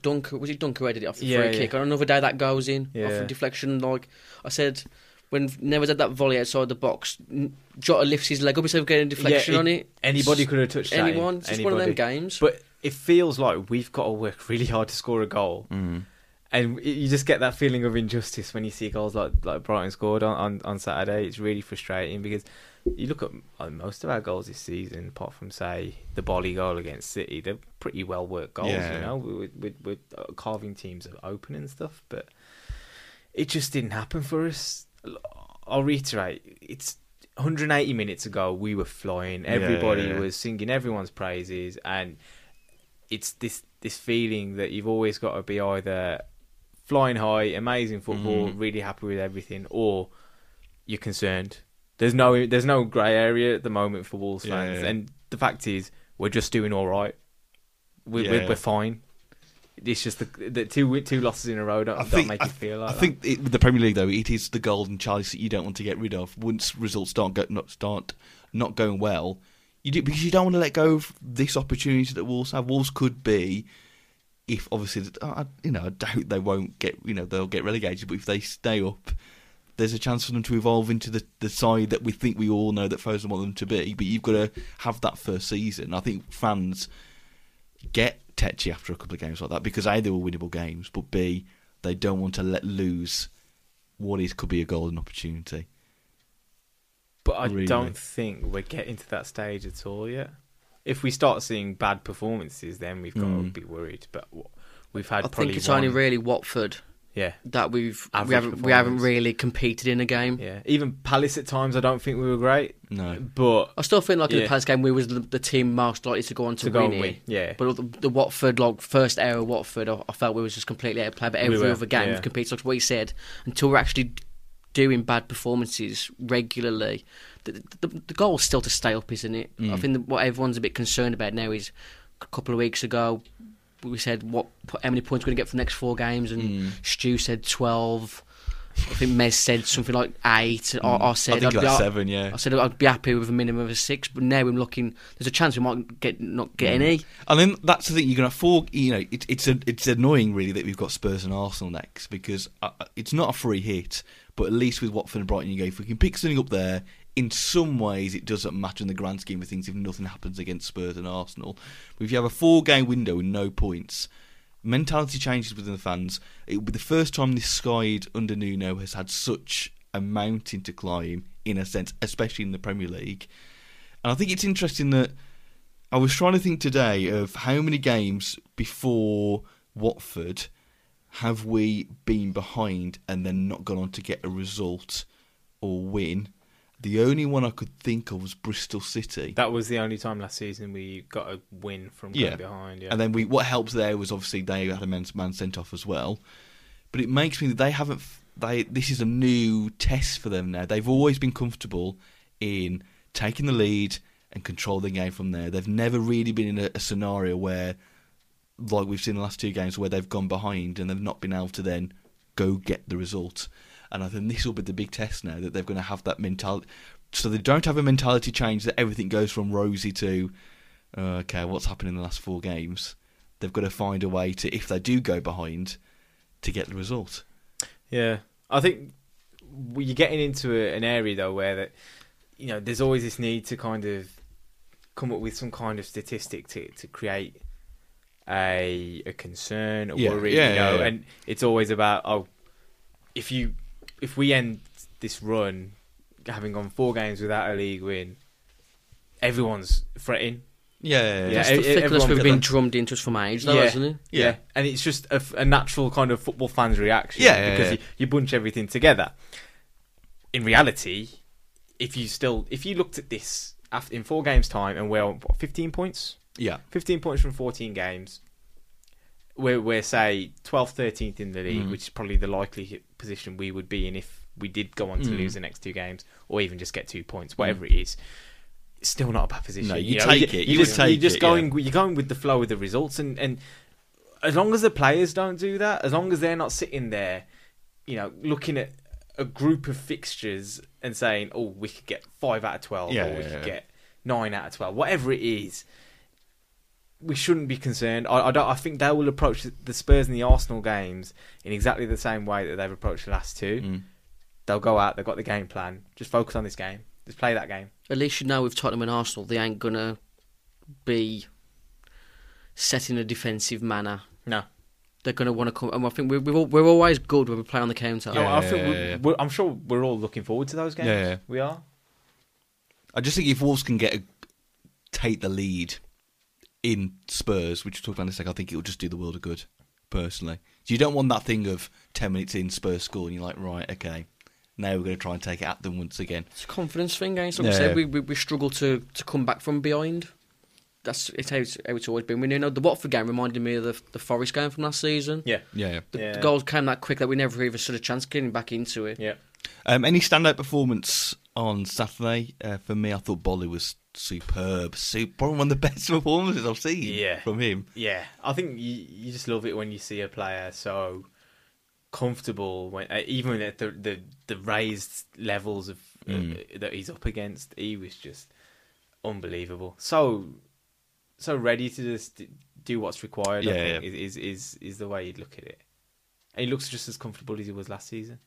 Speaker 5: Dunker was it Dunker who headed it off the
Speaker 4: Yeah,
Speaker 5: free
Speaker 4: yeah.
Speaker 5: kick, and another day that goes in off
Speaker 4: Yeah.
Speaker 5: a deflection. Like I said, when Neves had that volley outside the box, N- Jota lifts his leg up instead of getting a deflection
Speaker 4: Yeah,
Speaker 5: on
Speaker 4: it-
Speaker 5: it.
Speaker 4: Anybody
Speaker 5: It's-
Speaker 4: could have touched that.
Speaker 5: anyone. It's just one of them
Speaker 4: anybody.
Speaker 5: games.
Speaker 4: But it feels like we've got to work really hard to score a goal, and it- you just get that feeling of injustice when you see goals like like Brighton scored on, on, on Saturday. It's really frustrating because you look at uh, most of our goals this season, apart from say the volley goal against City, they're pretty well worked goals.
Speaker 3: Yeah.
Speaker 4: You know, we, we, we, we're uh, carving teams open and stuff, but it just didn't happen for us. L- I'll reiterate, it's 180 minutes ago we were flying. Everybody
Speaker 3: yeah, yeah.
Speaker 4: was singing everyone's praises, and it's this this feeling that you've always got to be either flying high, amazing football,
Speaker 3: Mm-hmm.
Speaker 4: really happy with everything, or you're concerned. There's no there's no grey area at the moment for Wolves
Speaker 3: Yeah,
Speaker 4: fans,
Speaker 3: yeah.
Speaker 4: and the fact is we're just doing all right. We're,
Speaker 3: Yeah,
Speaker 4: we're,
Speaker 3: yeah.
Speaker 4: we're fine. It's just the, the two two losses in a row don't,
Speaker 3: I
Speaker 4: don't
Speaker 3: think,
Speaker 4: make
Speaker 3: I,
Speaker 4: you feel like
Speaker 3: I
Speaker 4: that.
Speaker 3: think it, with the Premier League though, it is the golden chalice that you don't want to get rid of. Once results start go, not start not going well, you do because you don't want to let go of this opportunity that Wolves have. Wolves could be, if obviously, I, I- you know, I doubt they won't get, you know, they'll get relegated. But if they stay up, there's a chance for them to evolve into the, the side that we think we all know that Fosen want them to be. But you've got to have that first season. I think fans get tetchy after a couple of games like that because A, they were winnable games, but B, they don't want to let lose what is could be a golden opportunity.
Speaker 4: But I
Speaker 3: Really.
Speaker 4: don't think we're getting to that stage at all yet. If we start seeing bad performances, then we've got
Speaker 3: Mm.
Speaker 4: to be worried. But w- we've had
Speaker 5: I
Speaker 4: probably
Speaker 5: think it's
Speaker 4: one,
Speaker 5: only really Watford
Speaker 4: yeah,
Speaker 5: that we've
Speaker 4: Average
Speaker 5: we haven't we haven't
Speaker 4: performance.
Speaker 5: really competed in a game.
Speaker 4: yeah. Even Palace at times, I don't think we were great.
Speaker 3: No.
Speaker 4: but
Speaker 5: I still think like in
Speaker 4: Yeah.
Speaker 5: the past game we was the, the team most likely to go on to,
Speaker 4: To go
Speaker 5: win,
Speaker 4: and
Speaker 5: it.
Speaker 4: win, yeah.
Speaker 5: But the, the Watford like first era Watford, I, I felt we was just completely out of play. But
Speaker 4: We
Speaker 5: every
Speaker 4: were,
Speaker 5: other game
Speaker 4: yeah.
Speaker 5: we've competed. Like what you said, until we're actually doing bad performances regularly, the the, the goal is still to stay up, isn't it? I
Speaker 4: Mm.
Speaker 5: think that what everyone's a bit concerned about now is a couple of weeks ago we said what how many points we're going to get for the next four games, and
Speaker 4: Mm.
Speaker 5: Stu said twelve. I think Mez said something like eight.
Speaker 4: Mm.
Speaker 5: I, I said
Speaker 3: I think
Speaker 5: I'd
Speaker 3: like
Speaker 5: be-
Speaker 3: seven, yeah.
Speaker 5: I said I'd be happy with a minimum of a six, but now I'm looking. There's a chance we might get not get any.
Speaker 3: And then that's the thing you're gonna four. You know, it, it's a, it's annoying really that we've got Spurs and Arsenal next because uh, uh, it's not a free hit, but at least with Watford and Brighton, you go if we can pick something up there. In some ways, it doesn't matter in the grand scheme of things if nothing happens against Spurs and Arsenal. But if you have a four-game window with no points, mentality changes within the fans. It will be the first time this side under Nuno has had such a mountain to climb, in a sense, especially in the Premier League. And I think it's interesting that I was trying to think today of how many games before Watford have we been behind and then not gone on to get a result or win. The only one I could think of was Bristol City.
Speaker 4: that was the only time last season we got a win from going behind. Yeah,
Speaker 3: And then we what helped there was obviously they had a man, man sent off as well. But it makes me that they haven't f- they this is a new test for them now. They've always been comfortable in taking the lead and controlling the game from there. They've never really been in a, a scenario where like we've seen the last two games where they've gone behind and they've not been able to then go get the result. And I think this will be the big test now that they're going to have that mentality. So they don't have a mentality change that everything goes from rosy to uh, okay, what's happened in the last four games? They've got to find a way to, if they do go behind, to get the result.
Speaker 4: Yeah, I think w- you're getting into a, an area though where that you know there's always this need to kind of come up with some kind of statistic to to create a a concern, a
Speaker 3: Yeah,
Speaker 4: worry,
Speaker 3: yeah,
Speaker 4: you
Speaker 3: yeah,
Speaker 4: know,
Speaker 3: yeah.
Speaker 4: and it's always about oh, if you if we end this run having gone four games without a league win, everyone's fretting.
Speaker 3: Yeah,
Speaker 4: yeah.
Speaker 5: That's
Speaker 4: e-
Speaker 5: the fickleness
Speaker 4: everyone
Speaker 5: we've
Speaker 4: get
Speaker 5: been
Speaker 4: that.
Speaker 5: drummed into us from age, though, hasn't it?
Speaker 3: Yeah.
Speaker 4: and it's just a, f- a natural kind of football fan's reaction.
Speaker 3: Yeah, yeah,
Speaker 4: because
Speaker 3: yeah.
Speaker 4: You, you bunch everything together. In reality, if you still if you looked at this after, in four games time and we're on what, fifteen points,
Speaker 3: yeah.
Speaker 4: 15 points from 14 games. We're, we're say 12th, 13th in the league,
Speaker 3: Mm-hmm.
Speaker 4: which is probably the likely position we would be in if we did go on to
Speaker 3: Mm-hmm.
Speaker 4: lose the next two games or even just get two points, whatever it is. It's still not a bad position.
Speaker 3: No, you take it. You
Speaker 4: You're just,
Speaker 3: would take
Speaker 4: you're just
Speaker 3: it,
Speaker 4: going. You're going with the flow of the results, and, and as long as the players don't do that, as long as they're not sitting there, you know, looking at a group of fixtures and saying, "Oh, we could get five out of twelve,
Speaker 3: Yeah,
Speaker 4: or we
Speaker 3: yeah,
Speaker 4: could
Speaker 3: yeah.
Speaker 4: get nine out of twelve, whatever it is." we shouldn't be concerned. I, I don't. I think they will approach the Spurs and the Arsenal games in exactly the same way that they've approached the last two.
Speaker 3: Mm.
Speaker 4: They'll go out. They've got the game plan. Just focus on this game. Just play that game.
Speaker 5: At least you know with Tottenham and Arsenal, they ain't gonna be set in a defensive manner.
Speaker 4: No.
Speaker 5: They're gonna want to come, and I think we're we're, al- we're always good when we play on the counter.
Speaker 4: No,
Speaker 3: yeah,
Speaker 4: I think
Speaker 3: yeah,
Speaker 4: we're,
Speaker 3: yeah.
Speaker 4: We're, I'm sure we're all looking forward to those games.
Speaker 3: Yeah, yeah.
Speaker 4: We are.
Speaker 3: I just think if Wolves can get a, take the lead in Spurs, which we'll talk about in a second, I think it'll just do the world a good, personally. So you don't want that thing of 10 minutes in Spurs score and you're like, right, okay, now we're going to try and take it at them once again.
Speaker 5: It's a confidence thing, guys. Like I
Speaker 3: Yeah.
Speaker 5: said, we, we we struggle to to come back from behind. that's it's how, it's how it's always been. We you know the Watford game reminded me of the the Forest game from last season.
Speaker 4: Yeah.
Speaker 3: Yeah, yeah.
Speaker 5: The,
Speaker 4: Yeah.
Speaker 5: the goals came that quick that we never even stood a chance getting back into it.
Speaker 4: Yeah.
Speaker 3: Um, any standout performance on Saturday? Uh, for me, I thought Bolly was superb. Super, probably one of the best performances I've seen
Speaker 4: Yeah.
Speaker 3: from him.
Speaker 4: Yeah, I think you, you just love it when you see a player so comfortable when uh, even at the the, the raised levels of uh, that he's up against. He was just unbelievable. So so ready to just d- do what's required. I
Speaker 3: Yeah,
Speaker 4: think
Speaker 3: yeah.
Speaker 4: Is, is is is the way you'd look at it. And he looks just as comfortable as he was last season.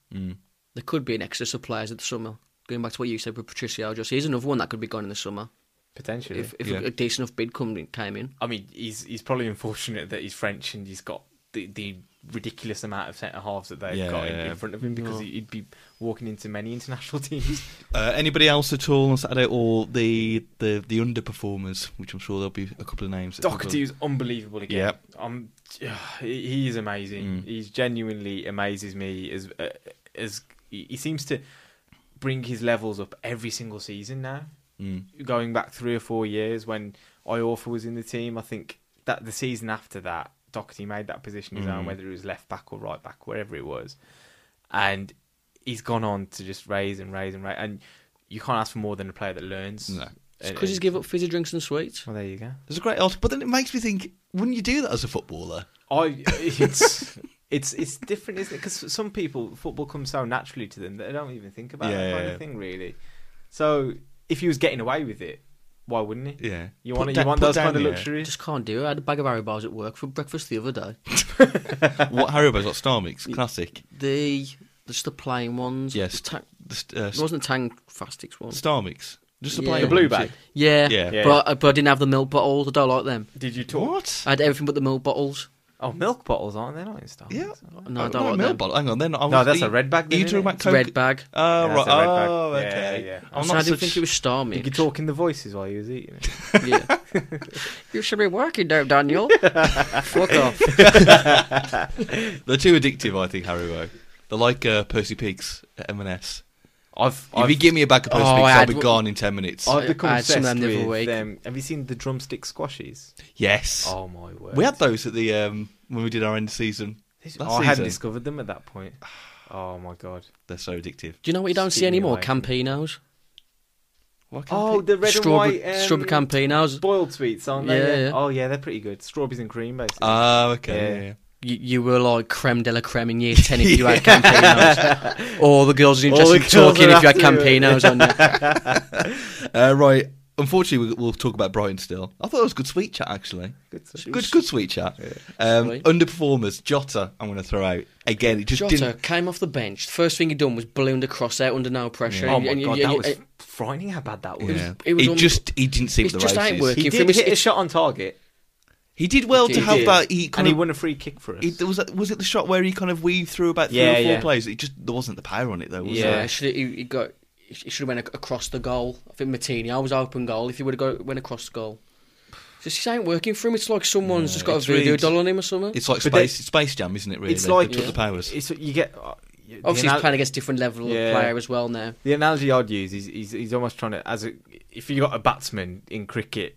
Speaker 5: There could be an excess of players at the summer. Going back to what you said with Patricio, just he's another one that could be gone in the summer
Speaker 4: Potentially,
Speaker 5: if, if
Speaker 3: Yeah.
Speaker 5: a, a decent enough bid come, came in.
Speaker 4: I mean, he's he's probably unfortunate that he's French and he's got the, the ridiculous amount of centre halves that they've
Speaker 3: Yeah,
Speaker 4: got in,
Speaker 3: yeah.
Speaker 4: in front of him because
Speaker 5: Yeah.
Speaker 4: he- he'd be walking into many international teams.
Speaker 3: Uh, anybody else at all on Saturday, or the the the underperformers, which I'm sure there'll be a couple of names. that-
Speaker 4: Doherty was unbelievable again.
Speaker 3: Mm. Yep. Mm.
Speaker 4: Um, he he is amazing. He's genuinely amazes me as uh, as he he seems to bring his levels up every single season now. Mm. Going back three or four years when Iorfa was in the team, I think that the season after that, Doherty made that position his
Speaker 3: Mm.
Speaker 4: own, whether it was left back or right back, wherever it was, and he's gone on to just raise and raise and raise. And you can't ask for more than a player that learns.
Speaker 3: No.
Speaker 4: And-
Speaker 5: Because he's
Speaker 4: and-
Speaker 5: give up fizzy drinks and sweets.
Speaker 4: Well, there you go.
Speaker 3: There's a great article, but then it makes me think: Wouldn't you do that as a footballer?
Speaker 4: I it's it's it's different, isn't it? Because some people football comes so naturally to them that they don't even think about that
Speaker 3: Yeah.
Speaker 4: kind of thing really. So if he was getting away with it, why wouldn't he?
Speaker 3: Yeah.
Speaker 4: You
Speaker 3: Put
Speaker 4: want
Speaker 3: da-
Speaker 4: you want
Speaker 3: put
Speaker 4: those
Speaker 3: down
Speaker 4: kind of
Speaker 3: here.
Speaker 5: I
Speaker 4: luxuries.
Speaker 5: just can't do it. I had a bag of Harry bars at work for breakfast the other day.
Speaker 3: what Haribo's got? Star Mix, classic.
Speaker 5: The just the plain ones.
Speaker 3: Yes.
Speaker 5: The Tang-
Speaker 3: Uh,
Speaker 5: it wasn't Tang Fastics one.
Speaker 3: Star Mix, just the
Speaker 5: Yeah.
Speaker 3: plain
Speaker 5: The
Speaker 4: blue
Speaker 3: ones,
Speaker 4: bag.
Speaker 5: Yeah,
Speaker 3: Yeah.
Speaker 4: Yeah.
Speaker 5: But, I, but I didn't have the milk bottles. I don't like them.
Speaker 4: Did you talk?
Speaker 3: What?
Speaker 5: I had everything but the milk bottles.
Speaker 4: Oh, milk bottles aren't they? Not in Starbucks.
Speaker 3: Yeah.
Speaker 5: No, I
Speaker 3: no,
Speaker 5: don't like
Speaker 3: Uh, milk
Speaker 5: them.
Speaker 3: bottle. Hang on, then I E-
Speaker 4: No,
Speaker 3: was-
Speaker 4: that's
Speaker 3: you-
Speaker 4: a red bag then,
Speaker 3: You
Speaker 4: isn't
Speaker 3: talking
Speaker 4: it?
Speaker 3: about
Speaker 5: It's
Speaker 3: Coke?
Speaker 5: red bag.
Speaker 3: Oh,
Speaker 4: Yeah,
Speaker 3: right.
Speaker 4: that's a red bag.
Speaker 3: oh,
Speaker 4: Yeah,
Speaker 3: okay.
Speaker 4: yeah.
Speaker 3: I'm
Speaker 5: so I
Speaker 3: not
Speaker 5: didn't
Speaker 3: such...
Speaker 5: think it was Star Mix.
Speaker 4: You could talk in the voices while you was eating it.
Speaker 5: Yeah. you should be working there, Daniel. Fuck off.
Speaker 3: They're too addictive, I think, Haribo. They're like uh, Percy Pigs at M&S.
Speaker 4: I've,
Speaker 3: If you give me a bag of Percy
Speaker 5: Oh,
Speaker 3: Pigs,
Speaker 5: I
Speaker 3: I'll
Speaker 5: had
Speaker 3: be
Speaker 5: w-
Speaker 3: gone in 10 minutes.
Speaker 4: I've
Speaker 5: I-
Speaker 4: become
Speaker 5: I had some of
Speaker 4: obsessed
Speaker 5: them the other
Speaker 4: with.
Speaker 5: week.
Speaker 4: Um, have you seen the drumstick squashies?
Speaker 3: yes.
Speaker 4: Oh my word!
Speaker 3: we had those at the um, when we did our end of season.
Speaker 4: Oh,
Speaker 3: last
Speaker 4: I hadn't
Speaker 3: season.
Speaker 4: discovered them at that point. Oh my god!
Speaker 3: They're so addictive.
Speaker 5: Do you know what you don't see
Speaker 4: Stealing
Speaker 5: anymore?
Speaker 4: away from
Speaker 5: Campinos.
Speaker 3: Why can't
Speaker 4: Oh,
Speaker 3: pe-
Speaker 4: the red
Speaker 5: strawberry,
Speaker 4: and white um,
Speaker 5: strawberry Campinos.
Speaker 4: boiled sweets, aren't they?
Speaker 5: Yeah,
Speaker 4: Yeah,
Speaker 5: yeah.
Speaker 4: Oh yeah, they're pretty good. Strawberries and cream, basically.
Speaker 3: Oh, okay.
Speaker 4: Yeah.
Speaker 3: yeah, yeah.
Speaker 5: You, you were like creme de la creme in year 10 if you had Campinos. All the girls are
Speaker 4: All the
Speaker 5: interested in
Speaker 4: girls
Speaker 5: talking
Speaker 4: are
Speaker 5: if you had
Speaker 4: after you.
Speaker 5: Campinos on you.
Speaker 3: Uh, right. Unfortunately, we- we'll talk about Brighton still. I thought it was good sweet chat, actually.
Speaker 4: Good stuff.
Speaker 3: Good, good sweet chat. Um,
Speaker 5: Right.
Speaker 3: underperformers, Jota. I'm going to throw out again. It just
Speaker 5: Jota
Speaker 3: didn't.
Speaker 5: came off the bench. The first thing he done was ballooned across out under no pressure.
Speaker 4: Oh
Speaker 5: And-
Speaker 4: my
Speaker 5: and-
Speaker 4: god,
Speaker 5: and-
Speaker 4: that
Speaker 5: and-
Speaker 4: was
Speaker 5: and-
Speaker 4: frightening how bad that was.
Speaker 3: Yeah.
Speaker 5: it was
Speaker 3: It
Speaker 5: un-
Speaker 3: just he didn't seem
Speaker 5: It's
Speaker 3: the
Speaker 5: just
Speaker 3: races.
Speaker 5: ain't working.
Speaker 4: He
Speaker 5: If
Speaker 4: did
Speaker 5: it was-
Speaker 4: hit a
Speaker 5: if-
Speaker 4: shot on target,
Speaker 3: He did well
Speaker 5: He
Speaker 3: to
Speaker 5: did.
Speaker 3: have that. He
Speaker 4: and
Speaker 3: kind
Speaker 4: he
Speaker 3: of
Speaker 4: won a free kick for us.
Speaker 3: He, there was that, was it the shot where he kind of weaved through about three
Speaker 4: Yeah,
Speaker 3: or four
Speaker 4: yeah.
Speaker 3: players? It just there wasn't the power on it though. Was
Speaker 4: Yeah.
Speaker 3: there?
Speaker 5: Yeah, should he, he got. He should have went ac- across the goal. I think Matinho was open goal. If he would have went across the goal, just this ain't working for him. It's like someone's just got a
Speaker 3: it's
Speaker 5: voodoo
Speaker 3: really-
Speaker 5: doll on him or something.
Speaker 3: It's like
Speaker 4: But
Speaker 3: space Space Jam, isn't it? Really,
Speaker 4: it's like
Speaker 3: They took the powers.
Speaker 4: It's you get. Uh, the
Speaker 5: Obviously,
Speaker 4: anal-
Speaker 5: he's playing against different level
Speaker 4: Yeah.
Speaker 5: of player as well now.
Speaker 4: The analogy I'd use is he's, he's almost trying to as a, if you got a batsman in cricket,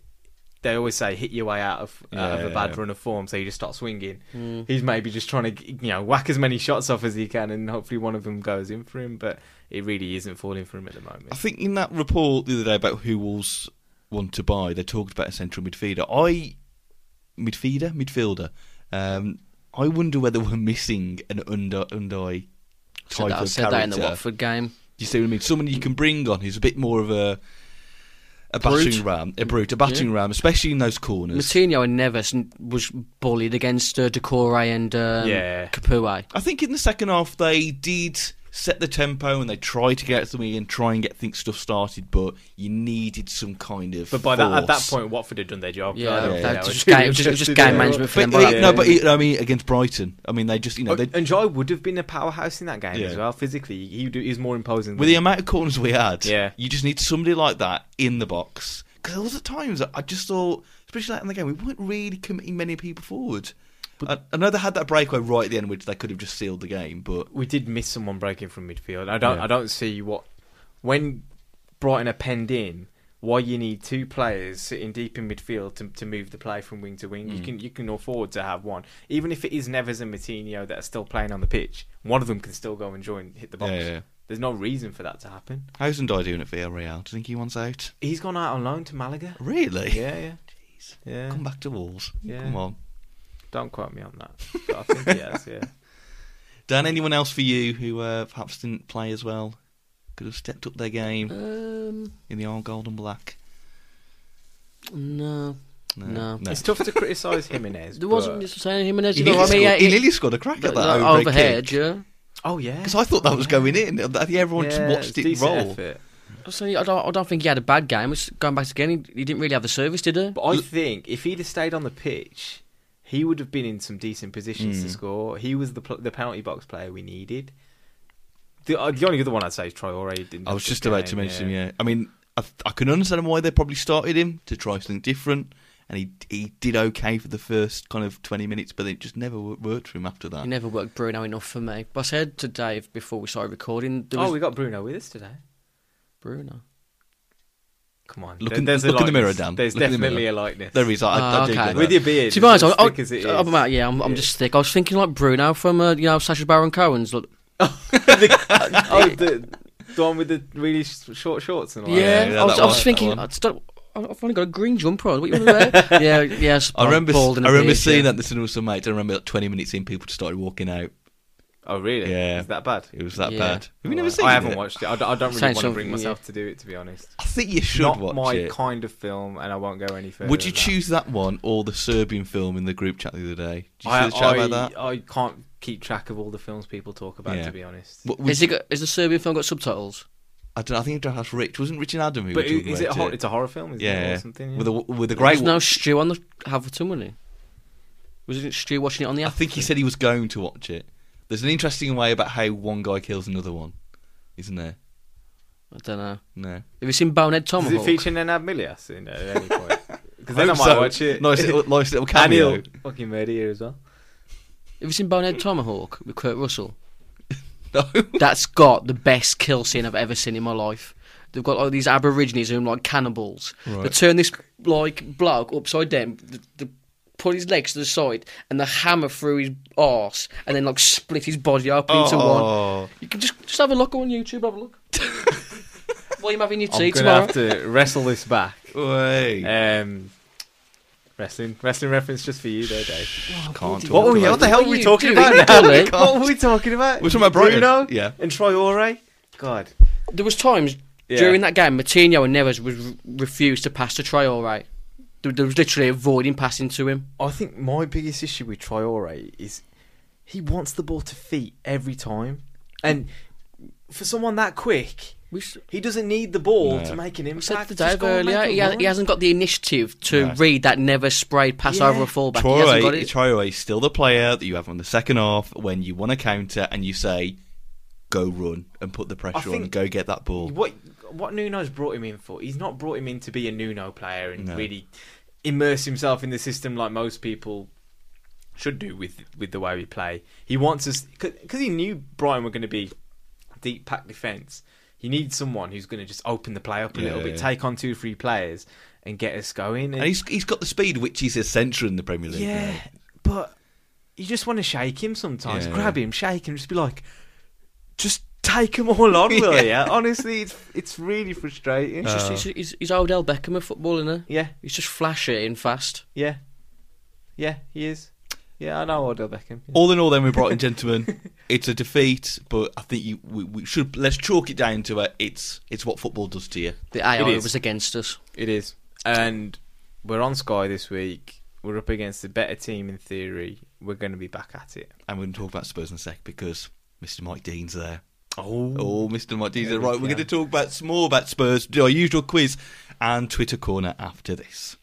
Speaker 4: they always say hit your way out of out of a bad
Speaker 3: Yeah. Hmm.
Speaker 4: run of form, so you just start swinging. He's maybe just trying to you know whack as many shots off as he can, and hopefully one of them goes in for him. But it really isn't falling for him at the
Speaker 3: I
Speaker 4: moment.
Speaker 3: think in that report the other day about who Wolves want to buy, they talked about a central midfielder. I midfielder, midfielder. Um, I wonder whether we're missing an under Undai
Speaker 5: Said
Speaker 3: type
Speaker 5: that, I
Speaker 3: of
Speaker 5: said
Speaker 3: character.
Speaker 5: that in the Watford game.
Speaker 3: You see what I mean? Someone you can bring on who's a bit more of a a battering
Speaker 5: Brute.
Speaker 3: ram, a brute, a battering ram, especially in those corners.
Speaker 5: Matinho and Neves n- was bullied against uh, Decore and um,
Speaker 4: Yeah.
Speaker 5: Kapua.
Speaker 3: I think in the second half they did set the tempo and they tried to get something and try and get things stuff started, but you needed some kind of.
Speaker 4: But by that at that
Speaker 3: force.
Speaker 4: point, Watford had done their job.
Speaker 5: Yeah,
Speaker 4: I don't think
Speaker 5: that
Speaker 4: they
Speaker 5: was
Speaker 4: were
Speaker 5: just
Speaker 4: too
Speaker 5: game- it was just- it was
Speaker 4: interested
Speaker 5: just game
Speaker 4: in it.
Speaker 5: management for
Speaker 3: But
Speaker 5: them by
Speaker 3: he-
Speaker 5: that
Speaker 3: no,
Speaker 5: point.
Speaker 3: but he- I mean against Brighton, I mean they just you know they,
Speaker 4: Oh, and Jai would have been a powerhouse in that game
Speaker 3: Yeah.
Speaker 4: as well. Physically, he, would- he was more imposing.
Speaker 3: with the
Speaker 4: than-
Speaker 3: amount of corners we had,
Speaker 4: Yeah.
Speaker 3: you just need somebody like that in the box. Because all the times I just thought, especially late in the game, we weren't really committing many people forward. I, I know they had that breakaway right at the end, which they could have just sealed the game, but
Speaker 4: we did miss someone breaking from midfield. I don't
Speaker 3: Yeah.
Speaker 4: I don't see what when Brighton are penned in, why you need two players sitting deep in midfield to, to move the play from wing to wing. You can you can afford to have one, even if it is Neves and Matinho that are still playing on the pitch. One of them can still go and join hit the box.
Speaker 3: Yeah, yeah, yeah.
Speaker 4: There's no reason for that to happen.
Speaker 3: How's Ndai doing at Villarreal? Do you think he wants out?
Speaker 4: He's gone out on loan to Malaga.
Speaker 3: Really?
Speaker 4: Yeah, yeah. Jeez. Yeah.
Speaker 3: Come back to Wolves.
Speaker 4: Yeah.
Speaker 3: Come on.
Speaker 4: Don't quote me on that. But I think yes, yeah.
Speaker 3: Dan, anyone else for you who uh, perhaps didn't play as well? Could have stepped up their game
Speaker 5: Um,
Speaker 3: in the old gold and black.
Speaker 5: no, no.
Speaker 4: It's tough to criticise Jimenez.
Speaker 5: There
Speaker 4: but-
Speaker 5: wasn't just saying Jimenez.
Speaker 3: He
Speaker 5: You know
Speaker 3: nearly,
Speaker 5: what I mean?
Speaker 3: scored,
Speaker 5: Yeah,
Speaker 3: he
Speaker 5: he-
Speaker 3: nearly scored a crack
Speaker 5: the-
Speaker 3: at that
Speaker 5: the
Speaker 3: overhead,
Speaker 5: overhead, yeah.
Speaker 4: Oh yeah.
Speaker 3: Because I thought that was going in. I think everyone
Speaker 4: Yeah,
Speaker 3: just watched it
Speaker 4: decent
Speaker 3: roll.
Speaker 4: effort.
Speaker 5: So I don't, I don't think he had a bad game. It's going back again, he, he didn't really have the service, did he?
Speaker 4: But I think if he'd have stayed on the pitch, he would have been in some decent positions
Speaker 3: Mm.
Speaker 4: to score. He was the pl- the penalty box player we needed. The, uh, the only other one I'd say is Traore. Didn't
Speaker 3: I
Speaker 4: have
Speaker 3: was
Speaker 4: a good
Speaker 3: just about
Speaker 4: game,
Speaker 3: to mention him. Yeah, I mean, I, th- I can understand why they probably started him to try something different, and he he did okay for the first kind of twenty minutes, but it just never wo- worked for him after that.
Speaker 5: He never worked Bruno enough for me. But I said to Dave before we started recording, there was
Speaker 4: Oh, we got Bruno with us today.
Speaker 5: Bruno.
Speaker 4: Come on,
Speaker 3: Look
Speaker 4: there-
Speaker 3: in-
Speaker 4: there's a
Speaker 3: look in the mirror,
Speaker 4: likeness.
Speaker 3: Dan.
Speaker 4: There's
Speaker 3: Look in the
Speaker 4: definitely
Speaker 3: mirror.
Speaker 4: a likeness.
Speaker 3: there he is. I, I,
Speaker 5: Ah,
Speaker 3: I do
Speaker 5: okay.
Speaker 3: get
Speaker 4: with
Speaker 3: that.
Speaker 4: your beard.
Speaker 5: To be honest, I,
Speaker 4: as
Speaker 5: I,
Speaker 4: thick as it
Speaker 5: I'm,
Speaker 4: is.
Speaker 5: out- yeah, I'm, I'm just thick. I was thinking like Bruno from, uh, you know, Sasha Baron Cohen's. Look,
Speaker 4: The- oh, the, the one with the really sh- short shorts and all. that.
Speaker 5: yeah,
Speaker 3: Oh, yeah,
Speaker 5: I
Speaker 3: that
Speaker 5: was, I
Speaker 3: one,
Speaker 5: was
Speaker 3: that
Speaker 5: thinking,
Speaker 3: one.
Speaker 5: I just don't, I- I've only got a green jumper on. What you want to wear? yeah, yeah. it's
Speaker 3: I remember,
Speaker 5: bald and
Speaker 3: I
Speaker 5: a
Speaker 3: remember
Speaker 5: beard,
Speaker 3: seeing
Speaker 5: yeah.
Speaker 3: that in the cinema with some mates. I remember like twenty minutes in, people just started walking out.
Speaker 4: Oh, really?
Speaker 3: Yeah.
Speaker 4: Is that bad?
Speaker 3: It was that
Speaker 5: Yeah.
Speaker 3: bad. Have you never
Speaker 4: Alright.
Speaker 3: seen it?
Speaker 4: I haven't watched it. I, d- I don't really
Speaker 5: Sounds
Speaker 4: want to
Speaker 5: something,
Speaker 4: bring
Speaker 5: yeah.
Speaker 4: myself to do it. To be honest,
Speaker 3: I think you should
Speaker 4: not
Speaker 3: watch
Speaker 4: my
Speaker 3: it.
Speaker 4: kind of film, and I won't go any further.
Speaker 3: Would you
Speaker 4: than that.
Speaker 3: choose that one or the Serbian film in the group chat the other day? Did you see
Speaker 4: I,
Speaker 3: the chat
Speaker 4: I,
Speaker 3: about that?
Speaker 4: I can't keep track of all the films people talk about,
Speaker 3: Yeah.
Speaker 4: to be honest.
Speaker 3: What,
Speaker 5: Is,
Speaker 3: was,
Speaker 5: it got, is the Serbian film got subtitles?
Speaker 3: I don't. know, I think it was Rich. Wasn't Rich and Adam who?
Speaker 4: but
Speaker 3: were
Speaker 4: i-
Speaker 3: talking
Speaker 4: is it, a
Speaker 3: about
Speaker 4: hor- it's a horror film? Is
Speaker 3: yeah,
Speaker 4: it or something? Yeah.
Speaker 3: with a with a
Speaker 5: There's
Speaker 3: great.
Speaker 5: no stew on the Haverton, was he? Was it stew watching it on the?
Speaker 3: I think he said he was going to watch it. There's an interesting way about how one guy kills another one, isn't there?
Speaker 5: I don't know.
Speaker 3: No.
Speaker 5: Have you seen Bonehead
Speaker 4: Does it
Speaker 5: Tomahawk?
Speaker 4: feature Nenad Milias in it at any point? Because
Speaker 3: I
Speaker 4: then I
Speaker 3: hope
Speaker 4: might
Speaker 3: so.
Speaker 4: watch it.
Speaker 3: Nice little, nice little
Speaker 4: and he'll
Speaker 3: cameo.
Speaker 4: fucking murder you as well.
Speaker 5: Have you seen Bonehead Tomahawk with Kurt Russell?
Speaker 3: no.
Speaker 5: That's got the best kill scene I've ever seen in my life. They've got like these aborigines who are like cannibals. They turn this like bloke upside down, th they put his legs to the side, and they hammer through his arse, and then like split his body up into one.
Speaker 3: Oh.
Speaker 5: You can just just have a look on YouTube. Have a look. While you're having your
Speaker 4: I'm
Speaker 5: tea
Speaker 4: gonna
Speaker 5: tomorrow.
Speaker 4: have to wrestle this back.
Speaker 3: Wait.
Speaker 4: Um, wrestling, wrestling reference just for you, there, Dave.
Speaker 3: can't talk
Speaker 4: What, were we,
Speaker 3: about
Speaker 4: what the
Speaker 3: it.
Speaker 4: hell
Speaker 5: What
Speaker 4: were
Speaker 5: are
Speaker 4: we
Speaker 5: you
Speaker 4: talking
Speaker 5: doing,
Speaker 4: about? now?
Speaker 5: Colin?
Speaker 4: what were we talking about?
Speaker 3: We're talking about Brighton.
Speaker 4: Bruno,
Speaker 3: Yeah.
Speaker 4: and Traore. God,
Speaker 5: There was times
Speaker 4: Yeah.
Speaker 5: during that game, Matinho and Neves was refused to pass to try. All right, there, there was literally avoiding passing to him.
Speaker 4: I think my biggest issue with Traore is he wants the ball to feet every time, and for someone that quick,
Speaker 5: We s-
Speaker 4: he doesn't need the ball
Speaker 3: No.
Speaker 4: to make an
Speaker 5: I
Speaker 4: impact.
Speaker 5: said to
Speaker 4: Just
Speaker 5: Dave
Speaker 4: go and make
Speaker 5: earlier,
Speaker 4: a
Speaker 5: he, ha-
Speaker 4: run.
Speaker 5: he hasn't got the initiative to
Speaker 3: No.
Speaker 5: read that never sprayed pass
Speaker 4: Yeah.
Speaker 5: over a fullback. he hasn't got
Speaker 3: Traore,
Speaker 5: it.
Speaker 3: Traore is still the player that you have on the second half when you want to counter and you say, go run and put the pressure on,
Speaker 4: think-
Speaker 3: go get that ball.
Speaker 4: What what Nuno's brought him in for? He's not brought him in to be a Nuno player and
Speaker 3: No.
Speaker 4: really immerse himself in the system like most people should do with with the way we play. He wants us because he knew Brighton were going to be deep pack defence. He needs someone who's going to just open the play up a little
Speaker 3: Yeah.
Speaker 4: bit, take on two three players, and get us going.
Speaker 3: And he's, he's got the speed, which is essential in the Premier League.
Speaker 4: yeah,
Speaker 3: now.
Speaker 4: but you just want to shake him sometimes.
Speaker 3: Yeah.
Speaker 4: Grab him, shake him, just be like, just take them all on, will ya? Honestly, it's it's really frustrating.
Speaker 5: He's, just, he's, he's, he's Odell Beckham of football, is
Speaker 4: Yeah,
Speaker 5: He's just flashing fast.
Speaker 4: yeah, yeah. He is. Yeah, I know Odell Beckham. Yeah.
Speaker 3: All in all, then we brought in gentlemen. It's a defeat, but I think you, we, we should let's chalk it down to it. It's it's what football does to you.
Speaker 5: The AI
Speaker 4: It is.
Speaker 5: was against us.
Speaker 4: It is, and we're on Sky this week. We're up against a better team in theory. We're going to be back at it.
Speaker 3: And we're going to talk about Spurs in a sec because Mr. Mike Dean's there.
Speaker 4: Oh,
Speaker 3: Oh, Mr. Mike Dean's
Speaker 4: Yeah,
Speaker 3: there. Right, we're
Speaker 4: yeah.
Speaker 3: going to talk about some more about Spurs. Do our usual quiz and Twitter corner after this.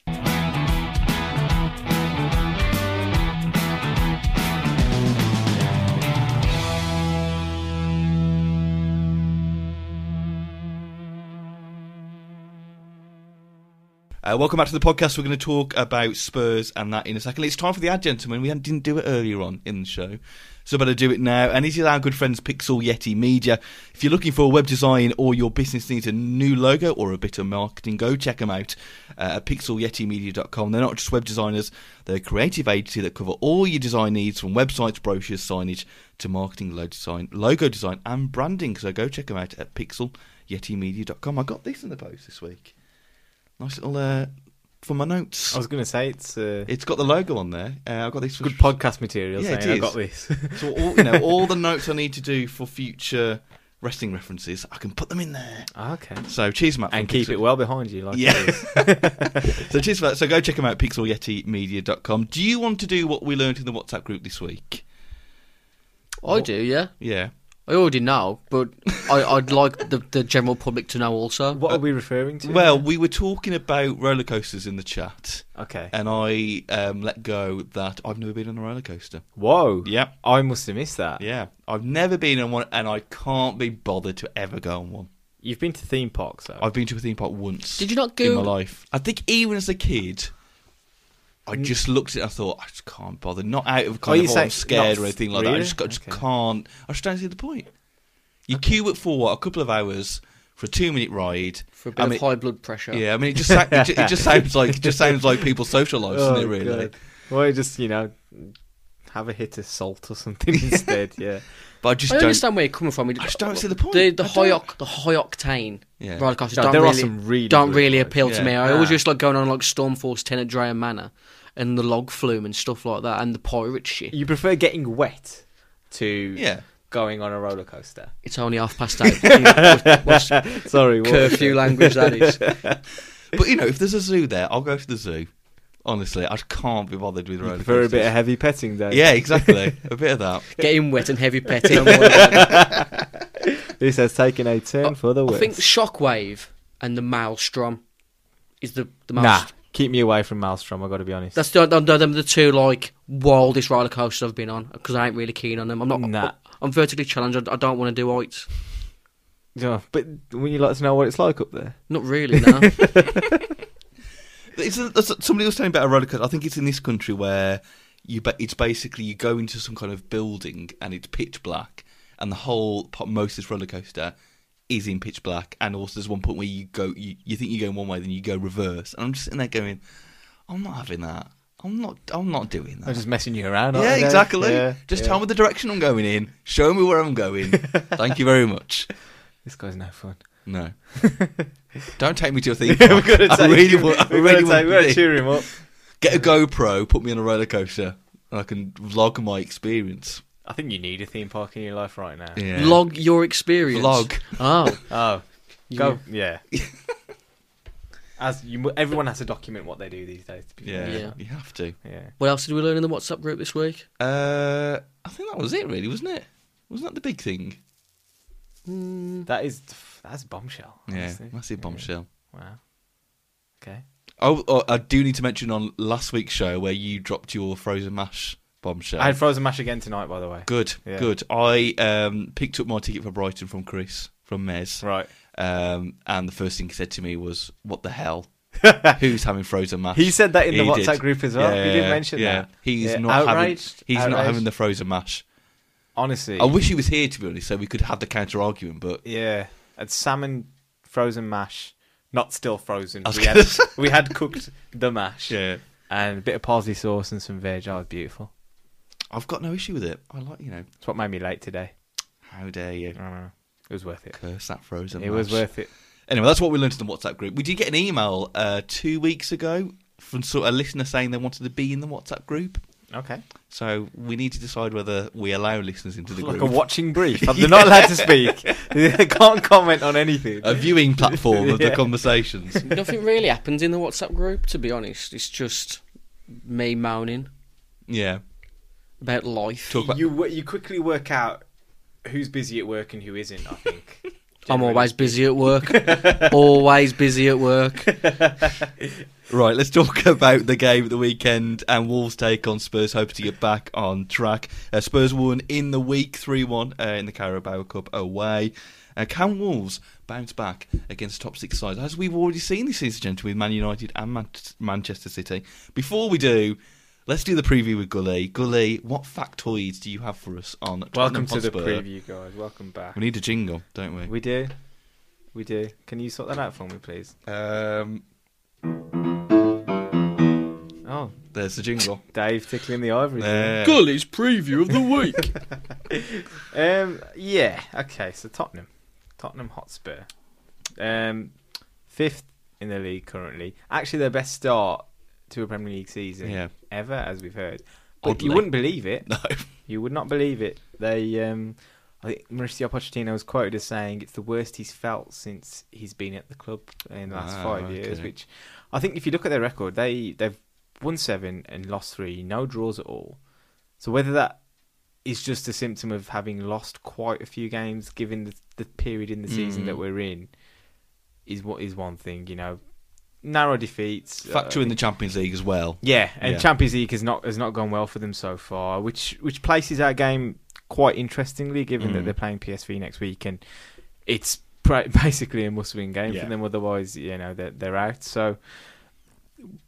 Speaker 3: Uh, welcome back to the podcast. We're going to talk about Spurs and that in a second. It's time for the ad, gentlemen. We didn't do it earlier on in the show. So better do it now. And this is our good friends Pixel Yeti Media. If you're looking for a web design or your business needs a new logo or a bit of marketing, go check them out uh, at pixelyetimedia.com. They're not just web designers, they're a creative agency that cover all your design needs from websites, brochures, signage to marketing, logo design, logo design and branding. So go check them out at pixelyetimedia.com. I got this in the post this week. Nice little uh, for my notes.
Speaker 4: I was going to say it's uh,
Speaker 3: It's got the logo on there. Uh, I've got this.
Speaker 4: good podcast material.
Speaker 3: Yeah, it
Speaker 4: saying,
Speaker 3: is.
Speaker 4: I got this.
Speaker 3: So all, you know, all the notes I need to do for future wrestling references, I can put them in there.
Speaker 4: Ah, okay.
Speaker 3: So cheers, Matt.
Speaker 4: And
Speaker 3: from
Speaker 4: keep
Speaker 3: Pixel-
Speaker 4: it well behind you, like
Speaker 3: Yeah.
Speaker 4: it is.
Speaker 3: So cheers for that. So go check them out, pixelyetimedia.com. Do you want to do what we learned in the WhatsApp group this week?
Speaker 5: I do, yeah.
Speaker 3: Yeah.
Speaker 5: I already know, but I, I'd like the, the general public to know also.
Speaker 4: What are we referring to?
Speaker 3: Well, we were talking about roller coasters in the chat,
Speaker 4: okay.
Speaker 3: and I um, let go that I've never been on a roller coaster.
Speaker 4: Whoa.
Speaker 3: Yeah.
Speaker 4: I must have missed that.
Speaker 3: Yeah, I've never been on one, and I can't be bothered to ever go on one.
Speaker 4: You've been to theme parks though.
Speaker 3: I've been to a theme park once.
Speaker 5: Did you not
Speaker 3: in my
Speaker 5: Google-
Speaker 3: life? I think even as a kid, I just looked at. it I thought I just can't bother. Not out of kind
Speaker 4: Mm. you
Speaker 3: of oh, I'm
Speaker 4: say-
Speaker 3: scared
Speaker 4: not
Speaker 3: or anything like that. I
Speaker 4: really?
Speaker 3: just, got- just
Speaker 4: Okay.
Speaker 3: can't. I just don't see the point. You queue up for what a couple of hours for a two minute ride
Speaker 5: For a bit
Speaker 3: I
Speaker 5: of
Speaker 3: mean,
Speaker 5: high blood pressure.
Speaker 3: Yeah, I mean it just sa- it, just, it just sounds like it just sounds like people's social lives,
Speaker 4: Oh,
Speaker 3: doesn't it? Really.
Speaker 4: God. Well, just you know, have a hit of salt or something instead. Yeah.
Speaker 3: But I just
Speaker 5: I
Speaker 3: don't.
Speaker 5: understand where you're coming from.
Speaker 3: I just don't see the point.
Speaker 5: The, the
Speaker 3: I
Speaker 5: high
Speaker 3: don't.
Speaker 5: oc- the high octane
Speaker 3: Yeah.
Speaker 5: roller coasters
Speaker 4: No,
Speaker 5: don't
Speaker 4: there are
Speaker 5: really,
Speaker 4: some really
Speaker 5: don't
Speaker 4: good
Speaker 5: really
Speaker 4: ones.
Speaker 5: appeal
Speaker 3: Yeah.
Speaker 5: to me. I always
Speaker 4: Ah.
Speaker 5: just like going on like Stormforce Ten at Dreyer Manor and the log flume and stuff like that and the pirate ship.
Speaker 4: You prefer getting wet to
Speaker 3: Yeah.
Speaker 4: going on a roller coaster.
Speaker 5: It's only half past eight. What- what's
Speaker 4: Sorry. What?
Speaker 5: curfew language that is.
Speaker 3: But you know, if there's a zoo there, I'll go to the zoo. Honestly, I just can't be bothered with roller
Speaker 4: Prefer a
Speaker 3: coasters.
Speaker 4: bit of heavy petting though.
Speaker 3: yeah, exactly. a bit of that.
Speaker 5: Getting wet and heavy petting. I'm all about it.
Speaker 4: This has taken a turn for the
Speaker 5: I
Speaker 4: worse.
Speaker 5: think Shockwave and the Maelstrom is the the most.
Speaker 4: nah. Keep me away from Maelstrom. I got to be honest.
Speaker 5: That's the, the, the, the two like wildest roller coasters I've been on because I ain't really keen on them. I'm not.
Speaker 4: Nah.
Speaker 5: I'm vertically challenged. I, I don't want to do heights.
Speaker 4: Yeah, but would you like to know what it's like up there?
Speaker 5: Not really. No.
Speaker 3: It's somebody was telling me about a roller coaster. I think it's in this country where you ba it's basically you go into some kind of building and it's pitch black, and the whole po- most of this roller coaster is in pitch black. And also, there's one point where you go, you, you think you're going one way, then you go reverse. And I'm just sitting there going, I'm not having that. I'm not. I'm not doing that.
Speaker 4: I'm just messing you around.
Speaker 3: yeah, exactly. just tell me the direction I'm going in. Show me where I'm going. Thank you very much.
Speaker 4: This guy's no fun.
Speaker 3: No, don't take me to a theme park. I really want. I really want to be-
Speaker 4: cheer him up.
Speaker 3: Get a GoPro, put me on a roller coaster, and I can vlog my experience.
Speaker 4: I think you need a theme park in your life right now.
Speaker 3: Yeah.
Speaker 5: Log your experience.
Speaker 3: Vlog.
Speaker 5: Oh,
Speaker 4: Oh, go yeah. As you, mu- everyone has to document what they do these days. To be
Speaker 3: Yeah,
Speaker 5: Yeah.
Speaker 3: you have to.
Speaker 4: fair. yeah.
Speaker 5: what else did we learn in the WhatsApp group this week?
Speaker 3: Uh, I think that was it, really, wasn't it? Wasn't that the big thing?
Speaker 4: That is that's bombshell. honestly.
Speaker 3: Yeah, massive bombshell.
Speaker 4: Wow. Okay.
Speaker 3: Oh, oh, I do need to mention on last week's show where you dropped your frozen mash bombshell.
Speaker 4: I had frozen mash again tonight, by the way.
Speaker 3: good,
Speaker 4: Yeah.
Speaker 3: good. I um, picked up my ticket for Brighton from Chris from Mez.
Speaker 4: Right.
Speaker 3: Um, and the first thing he said to me was, "What the hell? Who's having frozen mash?"
Speaker 4: He said that in the
Speaker 3: He did.
Speaker 4: WhatsApp group as well.
Speaker 3: Yeah,
Speaker 4: He did
Speaker 3: yeah,
Speaker 4: mention
Speaker 3: yeah.
Speaker 4: that.
Speaker 3: He's
Speaker 4: Yeah.
Speaker 3: not
Speaker 4: outraged.
Speaker 3: having. He's not
Speaker 4: outraged.
Speaker 3: having the frozen mash.
Speaker 4: honestly.
Speaker 3: I wish he was here to be honest, so we could have the counter argument. But
Speaker 4: Yeah, had salmon frozen mash, not still frozen.
Speaker 3: was
Speaker 4: We
Speaker 3: gonna
Speaker 4: had, we had cooked the mash.
Speaker 3: Yeah.
Speaker 4: and a bit of parsley sauce and some veg. Oh, it was beautiful.
Speaker 3: I've got no issue with it. I like, you know,
Speaker 4: It's what made me late today.
Speaker 3: how dare you
Speaker 4: I don't know. It was worth it.
Speaker 3: curse that frozen?
Speaker 4: It was
Speaker 3: mash.
Speaker 4: worth it.
Speaker 3: Anyway, that's what we learned in the WhatsApp group. We did get an email uh, two weeks ago from sort of a listener saying they wanted to be in the WhatsApp group.
Speaker 4: Okay.
Speaker 3: So we need to decide whether we allow listeners into the
Speaker 4: Like
Speaker 3: group.
Speaker 4: a watching brief. They're not allowed to speak. they can't comment on anything.
Speaker 3: A viewing platform of the conversations.
Speaker 5: Nothing really happens in the WhatsApp group, to be honest. It's just me moaning
Speaker 3: Yeah.
Speaker 5: about life.
Speaker 3: Talk about
Speaker 4: You wo- you quickly work out who's busy at work and who isn't. I think.
Speaker 5: I'm always busy at work. always busy at work.
Speaker 3: Right, let's talk about the game at the weekend and Wolves' take on Spurs, hoping to get back on track. Uh, Spurs won in the week 3 1 uh, in the Carabao Cup away. Uh, can Wolves bounce back against top six sides, as we've already seen this season, gentlemen, with Man United and Man- Manchester City? Before we do, Let's do the preview with Gully. Gully, what factoids do you have for us on Tottenham
Speaker 4: Welcome to the
Speaker 3: Hotspur?
Speaker 4: preview, guys. Welcome back.
Speaker 3: We need a jingle, don't we?
Speaker 4: We do. We do. Can you sort that out for me, please?
Speaker 3: Um,
Speaker 4: Oh,
Speaker 3: there's the jingle.
Speaker 4: Dave tickling the ivory.
Speaker 3: there.
Speaker 5: Gully's preview of the week.
Speaker 4: Um, yeah. Okay. So Tottenham, Tottenham Hotspur, um, fifth in the league currently. Actually, their best start to a Premier League season
Speaker 3: Yeah.
Speaker 4: ever, as we've heard. But
Speaker 3: Oddly.
Speaker 4: you wouldn't believe it.
Speaker 3: No.
Speaker 4: You would not believe it. They, um, I think Mauricio Pochettino was quoted as saying it's the worst he's felt since he's been at the club in the last
Speaker 3: Ah,
Speaker 4: five years.
Speaker 3: okay.
Speaker 4: Which I think, if you look at their record, they they've won seven and lost three, no draws at all. So whether that is just a symptom of having lost quite a few games, given the, the period in the season
Speaker 3: Mm.
Speaker 4: that we're in, is what is one thing. You know, narrow defeats.
Speaker 3: Factor
Speaker 4: uh,
Speaker 3: in the Champions League as well.
Speaker 4: yeah, and
Speaker 3: Yeah.
Speaker 4: Champions League has not has not gone well for them so far, which which places our game quite interestingly, given that
Speaker 3: Mm.
Speaker 4: they're playing PSV next week, and it's pra- basically a must-win game
Speaker 3: Yeah.
Speaker 4: for them. Otherwise, you know they're they're out. So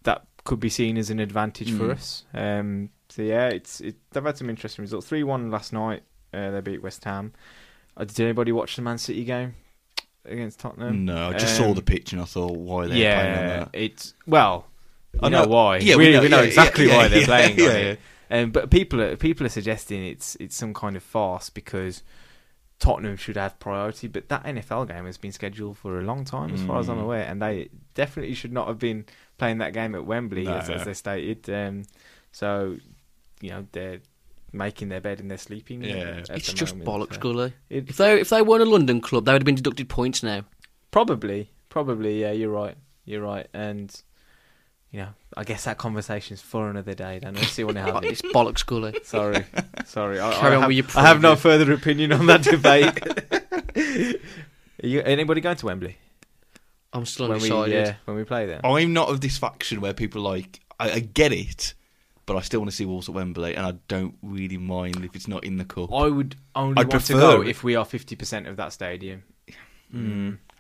Speaker 4: that could be seen as an advantage for
Speaker 3: Mm.
Speaker 4: us. Um, so yeah, it's it, they've had some interesting results. Three one last night. Uh, they beat West Ham. Uh, did anybody watch the Man City game against Tottenham?
Speaker 3: No, I just
Speaker 4: Um,
Speaker 3: saw the pitch and I thought, why are they playing
Speaker 4: yeah,
Speaker 3: on that?
Speaker 4: it's well,
Speaker 3: I
Speaker 4: I know,
Speaker 3: know-
Speaker 4: why.
Speaker 3: yeah, we
Speaker 4: we, we know,
Speaker 3: know- yeah,
Speaker 4: exactly
Speaker 3: yeah,
Speaker 4: why they're
Speaker 3: yeah,
Speaker 4: playing
Speaker 3: yeah,
Speaker 4: on it. Um, but people are people are suggesting it's it's some kind of farce because Tottenham should have priority. But that NFL game has been scheduled for a long time, as far as I'm
Speaker 3: Mm.
Speaker 4: aware, and they definitely should not have been playing that game at Wembley, as,
Speaker 3: No.
Speaker 4: as they stated. Um, so you know they're making their bed and they're sleeping.
Speaker 3: Yeah.
Speaker 4: at the
Speaker 5: it's just
Speaker 4: moment,
Speaker 5: bollocks,
Speaker 4: so.
Speaker 5: Gully.
Speaker 4: It-
Speaker 5: If they if they weren't a London club, they would have been deducted points now.
Speaker 4: Probably, probably. Yeah, you're right. You're right. And you know, I guess that conversation's for another day. Don't necessarily want to have it.
Speaker 5: It's bollocks, Gully.
Speaker 4: Sorry, sorry. I,
Speaker 5: Carry
Speaker 4: I
Speaker 5: on
Speaker 4: have,
Speaker 5: with your
Speaker 4: I have no
Speaker 5: preview.
Speaker 4: further opinion on that debate. Are you, anybody going to Wembley
Speaker 5: I'm still
Speaker 4: when we
Speaker 5: undecided.
Speaker 4: yeah, when we play there?
Speaker 3: I'm not of this faction where people are like, I, I get it, but I still want to see Wolves at Wembley and I don't really mind if it's not in the cup.
Speaker 4: I would only
Speaker 3: I'd
Speaker 4: want to
Speaker 3: prefer
Speaker 4: go
Speaker 3: it.
Speaker 4: if we are fifty percent of that stadium.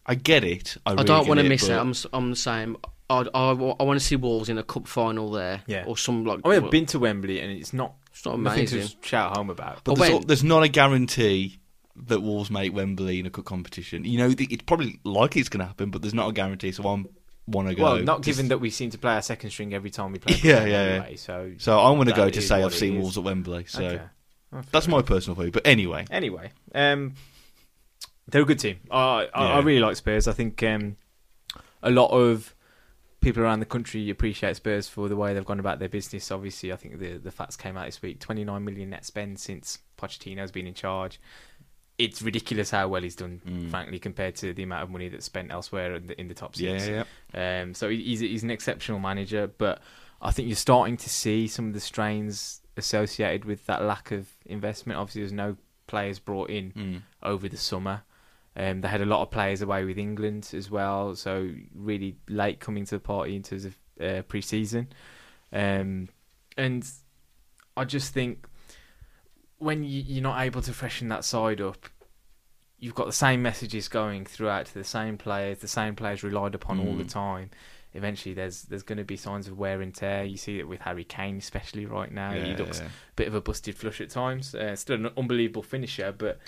Speaker 3: I get it. I,
Speaker 5: I
Speaker 3: really
Speaker 5: don't
Speaker 3: get
Speaker 5: want to
Speaker 3: it,
Speaker 5: miss
Speaker 3: but
Speaker 5: it. I'm s- I'm the same. I'd, I, want to see Wolves in a cup final there.
Speaker 4: Yeah.
Speaker 5: Or some like.
Speaker 4: I mean, I've been to Wembley and it's not
Speaker 5: It's not
Speaker 4: nothing
Speaker 5: amazing.
Speaker 4: to shout home about.
Speaker 3: But
Speaker 5: I
Speaker 3: there's,
Speaker 5: went-
Speaker 3: there's not a guarantee that Wolves make Wembley in a cup competition. You know, the, it's probably likely it's going to happen, but there's not a guarantee. So I'm want to go.
Speaker 4: well, not given that we seem to play our second string every time we play.
Speaker 3: Yeah,
Speaker 4: Brighton
Speaker 3: yeah, yeah.
Speaker 4: anyway, So,
Speaker 3: So I want to
Speaker 4: that
Speaker 3: go to
Speaker 4: is
Speaker 3: say
Speaker 4: what
Speaker 3: I've
Speaker 4: it
Speaker 3: seen
Speaker 4: is.
Speaker 3: Wolves at Wembley. So
Speaker 4: Okay. Oh, fair
Speaker 3: that's my personal view. But anyway,
Speaker 4: Anyway, um, they're a good team. I, I,
Speaker 3: Yeah.
Speaker 4: I really like Spurs. I think um, a lot of people around the country appreciate Spurs for the way they've gone about their business. Obviously, I think the the facts came out this week: twenty nine million net spend since Pochettino's been in charge. It's ridiculous how well he's done,
Speaker 3: Mm.
Speaker 4: frankly, compared to the amount of money that's spent elsewhere in the, in the top
Speaker 3: yeah,
Speaker 4: six.
Speaker 3: yeah, yeah.
Speaker 4: Um, so he- he's he's an exceptional manager, but I think you're starting to see some of the strains associated with that lack of investment. Obviously, there's no players brought in
Speaker 3: Mm.
Speaker 4: over the summer. Um, they had a lot of players away with England as well, so really late coming to the party in terms of uh, pre-season. Um, and I just think when you, you're not able to freshen that side up, you've got the same messages going throughout to the same players. The same players relied upon all
Speaker 3: Mm.
Speaker 4: the time. Eventually, there's there's going to be signs of wear and tear. You see it with Harry Kane, especially right now. he
Speaker 3: Yeah,
Speaker 4: looks
Speaker 3: yeah.
Speaker 4: a bit of a busted flush at times. Uh, still an unbelievable finisher, but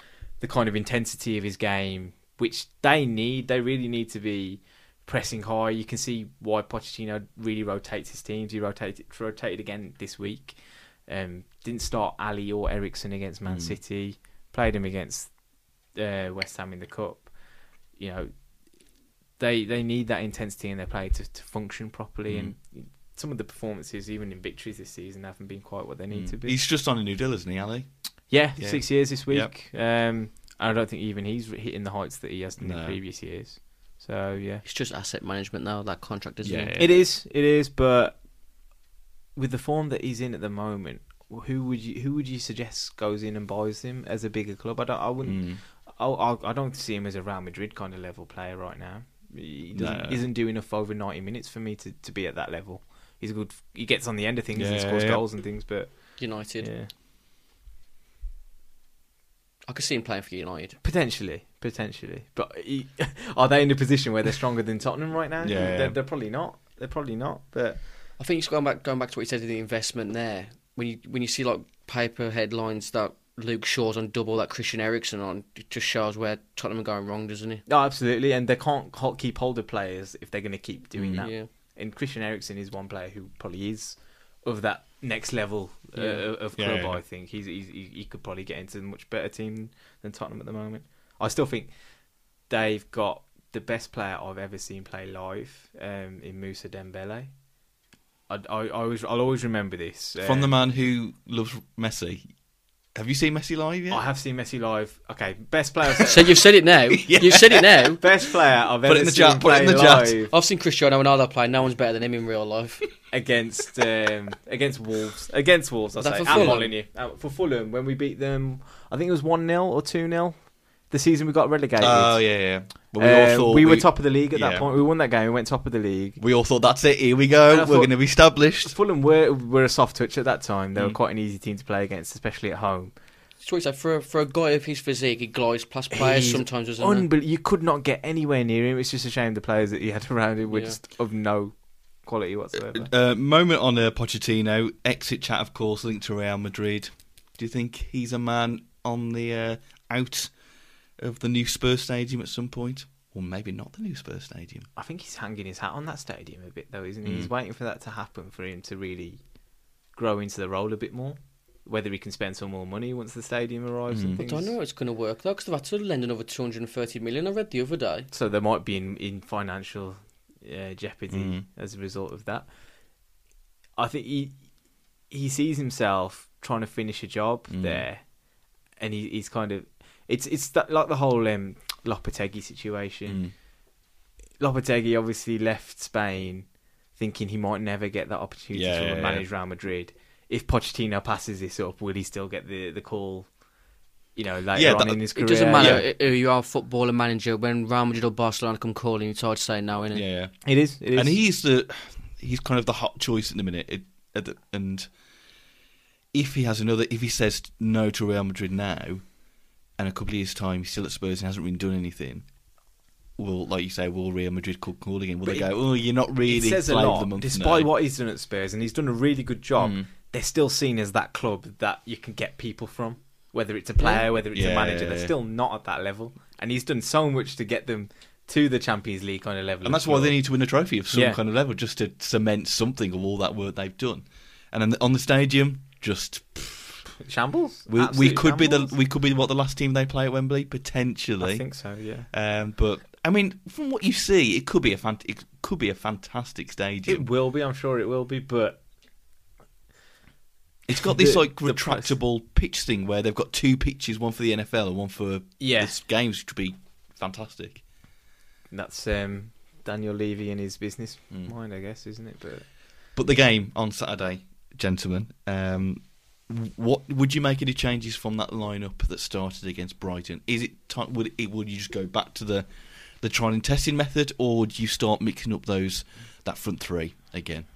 Speaker 4: the kind of intensity of his game, which they need, they really need to be pressing high. You can see why Pochettino really rotates his teams. He rotated rotated again this week. Um, didn't start Ali or Ericsson against
Speaker 3: Mm.
Speaker 4: Man City. Played him against uh, West Ham in the cup. You know, they they need that intensity in their play to, to function properly.
Speaker 3: Mm.
Speaker 4: And some of the performances, even in victories this season, haven't been quite what they need to be.
Speaker 3: Mm. He's just on a new deal, isn't he, Ali?
Speaker 4: Yeah,
Speaker 3: Yeah.
Speaker 4: six years this week. Um, I don't think even he's hitting the heights that he has done in
Speaker 3: No.
Speaker 4: previous years. So yeah,
Speaker 5: It's just asset management now. That contract isn't.
Speaker 3: Yeah,
Speaker 5: it?
Speaker 4: it is, it is. But with the form that he's in at the moment, who would you who would you suggest goes in and buys him as a bigger club? I don't. I wouldn't.
Speaker 3: Mm.
Speaker 4: I, I I don't see him as a Real Madrid kind of level player right now. He doesn't
Speaker 3: No.
Speaker 4: isn't doing enough over ninety minutes for me to, to be at that level. He's a good. He gets on the end of things and
Speaker 3: Yeah,
Speaker 4: scores
Speaker 3: yeah.
Speaker 4: goals and things, but
Speaker 5: United.
Speaker 4: yeah.
Speaker 5: I could see him playing for United.
Speaker 4: Potentially, potentially. But he, are they in a position where they're stronger than Tottenham right now?
Speaker 3: Yeah.
Speaker 4: they're, they're probably not. They're probably not. But
Speaker 5: I think it's going back going back to what you said in the investment there. When you when you see like paper headlines that Luke Shaw's on double that Christian Eriksen on, it just shows where Tottenham are going wrong, doesn't it?
Speaker 4: No, Oh, absolutely, and they can't co- keep hold of players if they're going to keep doing that.
Speaker 5: Mm. Yeah.
Speaker 4: And Christian Eriksen is one player who probably is of that next level uh,
Speaker 5: Yeah.
Speaker 4: of
Speaker 3: Yeah,
Speaker 4: club.
Speaker 3: yeah, yeah.
Speaker 4: I think he's, he's he he could probably get into a much better team than Tottenham at the moment. I still think they've got the best player I've ever seen play live um, in Musa Dembele. I, I, I always, I'll always remember this.
Speaker 3: From the
Speaker 4: Um,
Speaker 3: man who loves Messi. Have you seen Messi live yet?
Speaker 4: I have seen Messi live. Okay, best player.
Speaker 5: So you've said it now. You've said it now.
Speaker 4: best player I've
Speaker 3: Put it
Speaker 4: ever
Speaker 3: in the
Speaker 4: seen
Speaker 3: chat, put it in
Speaker 4: play
Speaker 3: the chat.
Speaker 4: live
Speaker 5: I've seen Cristiano Ronaldo play. No one's better than him in real life.
Speaker 4: against um, against Wolves. Against Wolves, I
Speaker 5: Was that
Speaker 4: say.
Speaker 5: for
Speaker 4: at
Speaker 5: Fulham?
Speaker 4: Molyneux. At- for Fulham, when we beat them, I think it was one 0 or two 0 The season we got relegated.
Speaker 3: Oh yeah, yeah. But
Speaker 4: Um, we were top of the league at
Speaker 3: yeah.
Speaker 4: that point. We won that game. We went top of the league.
Speaker 3: We all thought that's it. Here we go.
Speaker 4: And I
Speaker 3: We're
Speaker 4: thought-
Speaker 3: going to be established.
Speaker 4: Fulham were were a soft touch at that time. They
Speaker 5: Mm.
Speaker 4: were quite an easy team to play against, especially at home.
Speaker 5: So it's like for a, for a guy of his physique, he glides past players
Speaker 4: He's
Speaker 5: sometimes, doesn't he?
Speaker 4: Unbel- you could not get anywhere near him. It's just a shame the players that he had around him were
Speaker 5: Yeah.
Speaker 4: just of no quality whatsoever.
Speaker 3: Uh, moment on uh, Pochettino exit chat, of course, linked to Real Madrid. Do you think he's a man on the uh, out of the new Spurs stadium at some point, or maybe not the new Spurs stadium?
Speaker 4: I think he's hanging his hat on that stadium a bit, though, isn't he? He's waiting for that to happen for him to really grow into the role a bit more. Whether he can spend some more money once the stadium arrives and
Speaker 5: I
Speaker 4: things.
Speaker 5: don't know how it's going to work though, because they've had to lend another 230 million. I read the other day.
Speaker 4: So they might be in, in financial uh, jeopardy
Speaker 3: Mm-hmm.
Speaker 4: as a result of that. I think he he sees himself trying to finish a job
Speaker 3: Mm.
Speaker 4: there, and he, he's kind of it's it's that, like the whole um, Lopetegui
Speaker 3: Mm.
Speaker 4: situation. Lopetegui obviously left Spain thinking he might never get that opportunity
Speaker 3: Yeah,
Speaker 4: to
Speaker 3: yeah,
Speaker 4: manage Real Madrid. If Pochettino passes this up, will he still get the, the call? You know, later
Speaker 3: Yeah,
Speaker 4: on
Speaker 3: that-
Speaker 4: in his career,
Speaker 5: It doesn't matter
Speaker 3: Yeah.
Speaker 5: who you are, footballer, manager. When Real Madrid or Barcelona come calling, it's hard to say no, innit?
Speaker 3: yeah.
Speaker 4: It is. It is.
Speaker 3: and he's the he's kind of the hot choice at the minute. It, at the, and if he has another, if he says no to Real Madrid now, and a couple of years time he's still at Spurs and hasn't really done anything, will like you say, will Real Madrid call, call again? Will they go? Oh, you're not really.
Speaker 4: it says a
Speaker 3: player of
Speaker 4: lot.
Speaker 3: the month
Speaker 4: despite
Speaker 3: now."
Speaker 4: what he's done at Spurs, and he's done a really good job,
Speaker 3: Mm.
Speaker 4: they're still seen as that club that you can get people from. Whether it's a player, whether it's
Speaker 3: Yeah,
Speaker 4: a manager,
Speaker 3: yeah,
Speaker 4: they're
Speaker 3: yeah.
Speaker 4: still not at that level. And he's done so much to get them to the Champions League kind of level.
Speaker 3: And that's why they need to win a trophy of some
Speaker 4: Yeah.
Speaker 3: kind of level, just to cement something of all that work they've done. And on the, on the stadium, just
Speaker 4: shambles.
Speaker 3: we, we
Speaker 4: Absolute
Speaker 3: could be the
Speaker 4: shambles.
Speaker 3: we could be what the last team they play at Wembley potentially.
Speaker 4: I think so. Yeah.
Speaker 3: Um, but I mean, from what you see, it could be a fant- it could be a fantastic stadium.
Speaker 4: It will be. I'm sure it will be. But
Speaker 3: It's got this
Speaker 4: The-
Speaker 3: like
Speaker 4: the price-
Speaker 3: retractable pitch thing where they've got two pitches, one for the NFL and one for
Speaker 4: Yeah.
Speaker 3: this games, which would be fantastic.
Speaker 4: that's um, Daniel Levy and his business
Speaker 3: Mm.
Speaker 4: mind, I guess, isn't it? But
Speaker 3: But the game on Saturday, gentlemen, um, what would you make any changes from that lineup that started against Brighton? Is it ti would it would you just go back to the the trial and testing method, or would you start mixing up those that front three again?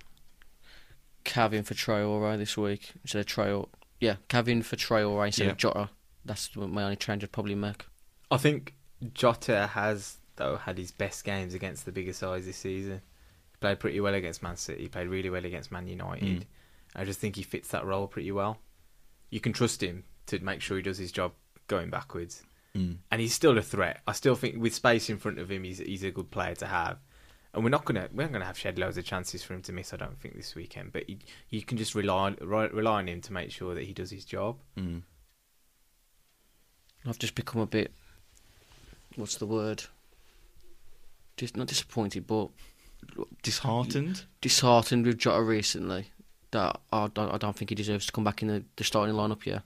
Speaker 5: Cavin for Traore this week instead of Traore. Yeah, Cavin for Traore instead of Jota. That's my only change I'd probably make.
Speaker 4: I think Jota has though had his best games against the bigger sides this season. He played pretty well against Man City. He played really well against Man United. I just think he fits that role pretty well. You can trust him to make sure he does his job going backwards, and he's still a threat. I still think with space in front of him, he's he's a good player to have. And we're not gonna we're not gonna have shed loads of chances for him to miss. I don't think this weekend, but you, you can just rely rely rely on him to make sure that he does his job.
Speaker 5: I've just become a bit. What's the word? Dis- not disappointed, but
Speaker 3: Disheartened.
Speaker 5: disheartened with Jota recently. That I don't, I don't think he deserves to come back in the, the starting lineup. Yeah,